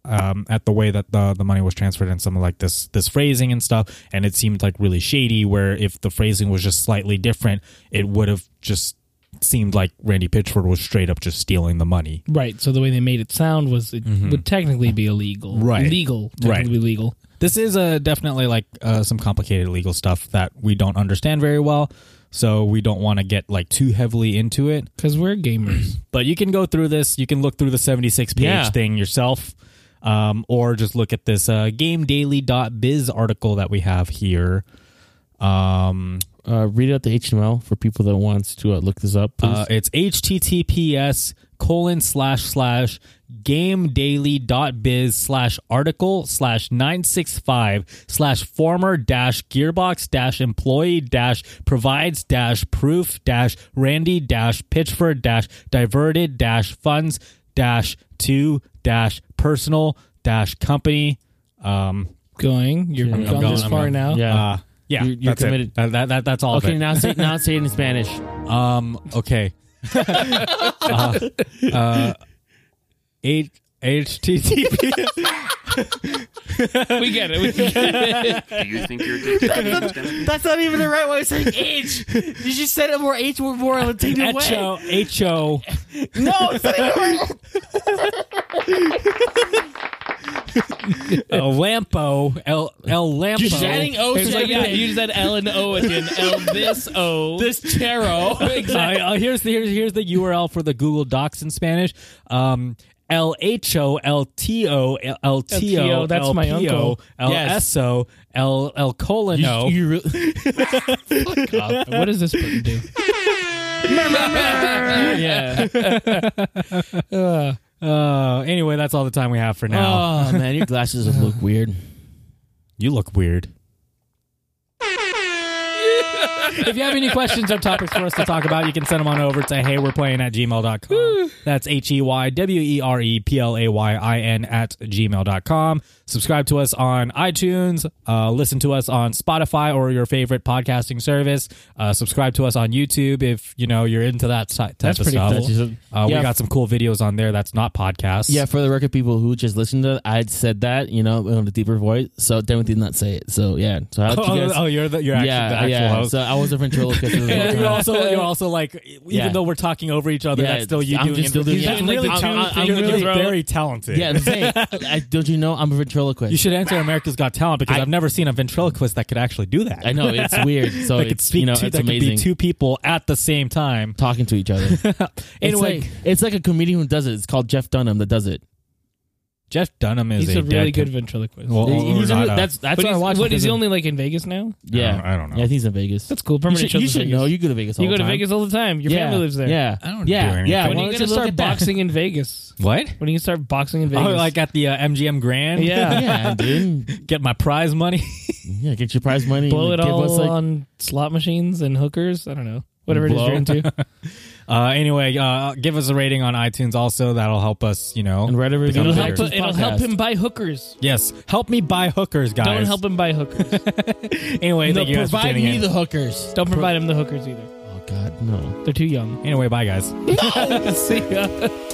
Speaker 2: um, at the way that the, the money was transferred and some of like this this phrasing and stuff, and it seemed like really shady. Where if the phrasing was just slightly different, it would have just seemed like Randy Pitchford was straight up just stealing the money.
Speaker 3: Right. So the way they made it sound was it would technically be illegal.
Speaker 2: Mm-hmm. Right.
Speaker 3: Legal.
Speaker 2: Right.
Speaker 3: Technically legal.
Speaker 2: This is uh, definitely like uh, some complicated legal stuff that we don't understand very well, so we don't want to get like too heavily into it.
Speaker 3: Because we're gamers.
Speaker 2: But you can go through this. You can look through the 76 page
Speaker 1: Yeah.
Speaker 2: thing yourself. Um, or just look at this uh, gamedaily.biz article that we have here. Um,
Speaker 1: Uh, read out the HTML for people that wants to uh, look this up. Please.
Speaker 2: uh, it's https colon slash slash gamedaily.biz slash article slash 965 slash former dash gearbox dash employee dash provides dash proof dash randy dash pitchford dash diverted dash funds dash to dash personal dash company um
Speaker 3: going. You're
Speaker 1: Yeah. I'm
Speaker 3: gone
Speaker 2: going,
Speaker 3: this
Speaker 2: I'm
Speaker 3: far
Speaker 2: going.
Speaker 3: now.
Speaker 1: Yeah.
Speaker 2: uh, Yeah,
Speaker 1: You're- you're
Speaker 2: that's it.
Speaker 1: committed.
Speaker 2: That, that, that- that's all. of
Speaker 1: Okay,
Speaker 2: it.
Speaker 1: now say now say it in Spanish.
Speaker 2: Um. Okay. uh, uh, H- HTTP.
Speaker 3: We get it. We get it.
Speaker 4: Do you think you're addicted to video games?
Speaker 1: That's not even the right way of saying H. You should said it more H more more Latino
Speaker 2: H-O, H-O.
Speaker 1: No, it's not even right.
Speaker 2: Uh, Lampo. El, El Lampo.
Speaker 1: You're adding O
Speaker 3: It's
Speaker 1: to
Speaker 3: like, yeah,
Speaker 1: everything.
Speaker 3: you just had L and O again. L this O.
Speaker 1: this chero.
Speaker 2: Uh, uh, here's the here's, here's the URL for the Google Docs in Spanish. Um, L H O L T O L L T O
Speaker 3: LTO, that's my
Speaker 2: L P O,
Speaker 3: uncle.
Speaker 2: L
Speaker 1: Yes.
Speaker 2: S O L L colon O.
Speaker 1: You, you re-
Speaker 3: God, what does this button do?
Speaker 1: yeah.
Speaker 2: Uh, anyway, that's all the time we have for now.
Speaker 1: Oh man, your glasses look weird.
Speaker 2: you look weird. if you have any questions or topics for us to talk about, you can send them on over to heywreplaying at gmail.com. That's H E Y W E R E P L A Y I N at gmail.com. Subscribe to us on iTunes. Uh, listen to us on Spotify or your favorite podcasting service. Uh, subscribe to us on YouTube if you know you're into that si- type
Speaker 3: That's
Speaker 2: of
Speaker 3: pretty
Speaker 2: stuff.
Speaker 3: cool.
Speaker 2: Uh,
Speaker 1: Yeah.
Speaker 2: We got some cool videos on there. That's not podcasts.
Speaker 1: Yeah, for the record, people who just listened to, it, I'd said that you know in a deeper voice, so Timothy did not say it. So yeah, so how did
Speaker 2: Oh,
Speaker 1: you guys?
Speaker 2: oh, you're the you're actually
Speaker 1: yeah,
Speaker 2: the actual
Speaker 1: yeah.
Speaker 2: host.
Speaker 1: So I was a ventriloquist. the whole
Speaker 2: And you're
Speaker 1: time.
Speaker 2: also you're also like even
Speaker 1: Yeah.
Speaker 2: though we're talking over each other,
Speaker 1: Yeah,
Speaker 2: that's still you
Speaker 1: I'm
Speaker 2: doing.
Speaker 1: just still
Speaker 2: it.
Speaker 1: doing-
Speaker 2: He's
Speaker 1: yeah,
Speaker 2: really
Speaker 1: I'm-
Speaker 2: talented.
Speaker 1: I'm- I'm
Speaker 2: You're
Speaker 1: gonna
Speaker 2: really
Speaker 1: throw-
Speaker 2: very talented.
Speaker 1: yeah, I'm saying, I, don't you know I'm a ventriloquist?
Speaker 2: you should answer America's Got Talent because I,
Speaker 1: I-
Speaker 2: have never seen a ventriloquist that could actually do that.
Speaker 1: I know it's weird. So
Speaker 2: that could
Speaker 1: it's
Speaker 2: speak
Speaker 1: you know
Speaker 2: to,
Speaker 1: it's
Speaker 2: that could
Speaker 1: amazing
Speaker 2: be two people at the same time.
Speaker 1: talking to each other.
Speaker 2: Anyway,
Speaker 1: it's like, it's like a comedian who does it. It's called Jeff Dunham that does it.
Speaker 2: Jeff Dunham is
Speaker 3: He's a
Speaker 2: dead
Speaker 3: really good
Speaker 2: com-
Speaker 3: ventriloquist.
Speaker 2: Well,
Speaker 1: He-
Speaker 2: or
Speaker 1: he's a-
Speaker 2: not a-
Speaker 1: that's that's
Speaker 3: but
Speaker 1: what I
Speaker 3: he's,
Speaker 1: watch.
Speaker 3: what is
Speaker 1: because
Speaker 3: he
Speaker 1: of-
Speaker 3: only like in Vegas now?
Speaker 1: Yeah,
Speaker 2: I don't know.
Speaker 1: Yeah, I think he's in Vegas.
Speaker 3: That's cool.
Speaker 1: You
Speaker 3: Permanent
Speaker 1: should, you
Speaker 3: shows in
Speaker 1: should
Speaker 3: Vegas.
Speaker 1: know. You go to Vegas. All
Speaker 3: You go
Speaker 1: the
Speaker 3: to
Speaker 1: time.
Speaker 3: Vegas all the time. Your
Speaker 1: yeah,
Speaker 3: family lives there.
Speaker 1: Yeah,
Speaker 2: I don't do
Speaker 1: yeah,
Speaker 2: anything.
Speaker 1: yeah.
Speaker 2: When
Speaker 3: When
Speaker 1: Why
Speaker 3: are
Speaker 1: don't
Speaker 3: you gonna
Speaker 1: look
Speaker 3: start
Speaker 1: at that?
Speaker 3: boxing in Vegas?
Speaker 2: what?
Speaker 3: When are you gonna start boxing in Vegas?
Speaker 2: Oh, like at the uh, MGM Grand.
Speaker 3: Yeah.
Speaker 1: Yeah, dude.
Speaker 2: get my prize money.
Speaker 1: Yeah, get your prize money.
Speaker 3: blow it
Speaker 1: and give
Speaker 3: all
Speaker 1: us, like,
Speaker 3: on slot machines and hookers. I don't know. Whatever it is
Speaker 1: Blow.
Speaker 3: you're into.
Speaker 2: Uh, anyway, uh, give us a rating on iTunes. Also, that'll help us. You know,
Speaker 1: and write a review.
Speaker 2: It'll
Speaker 3: It'll
Speaker 1: on
Speaker 2: help-
Speaker 3: help,
Speaker 1: iTunes
Speaker 3: it'll
Speaker 1: podcast.
Speaker 3: help him buy hookers.
Speaker 2: Yes, help me buy hookers, guys.
Speaker 3: Don't help him buy hookers.
Speaker 2: Anyway, thank you guys for
Speaker 1: Provide
Speaker 2: tuning
Speaker 1: me
Speaker 2: in.
Speaker 1: the hookers.
Speaker 3: Don't provide him the hookers either.
Speaker 1: Oh God, no.
Speaker 3: They're too young.
Speaker 2: anyway, bye guys.
Speaker 3: See ya.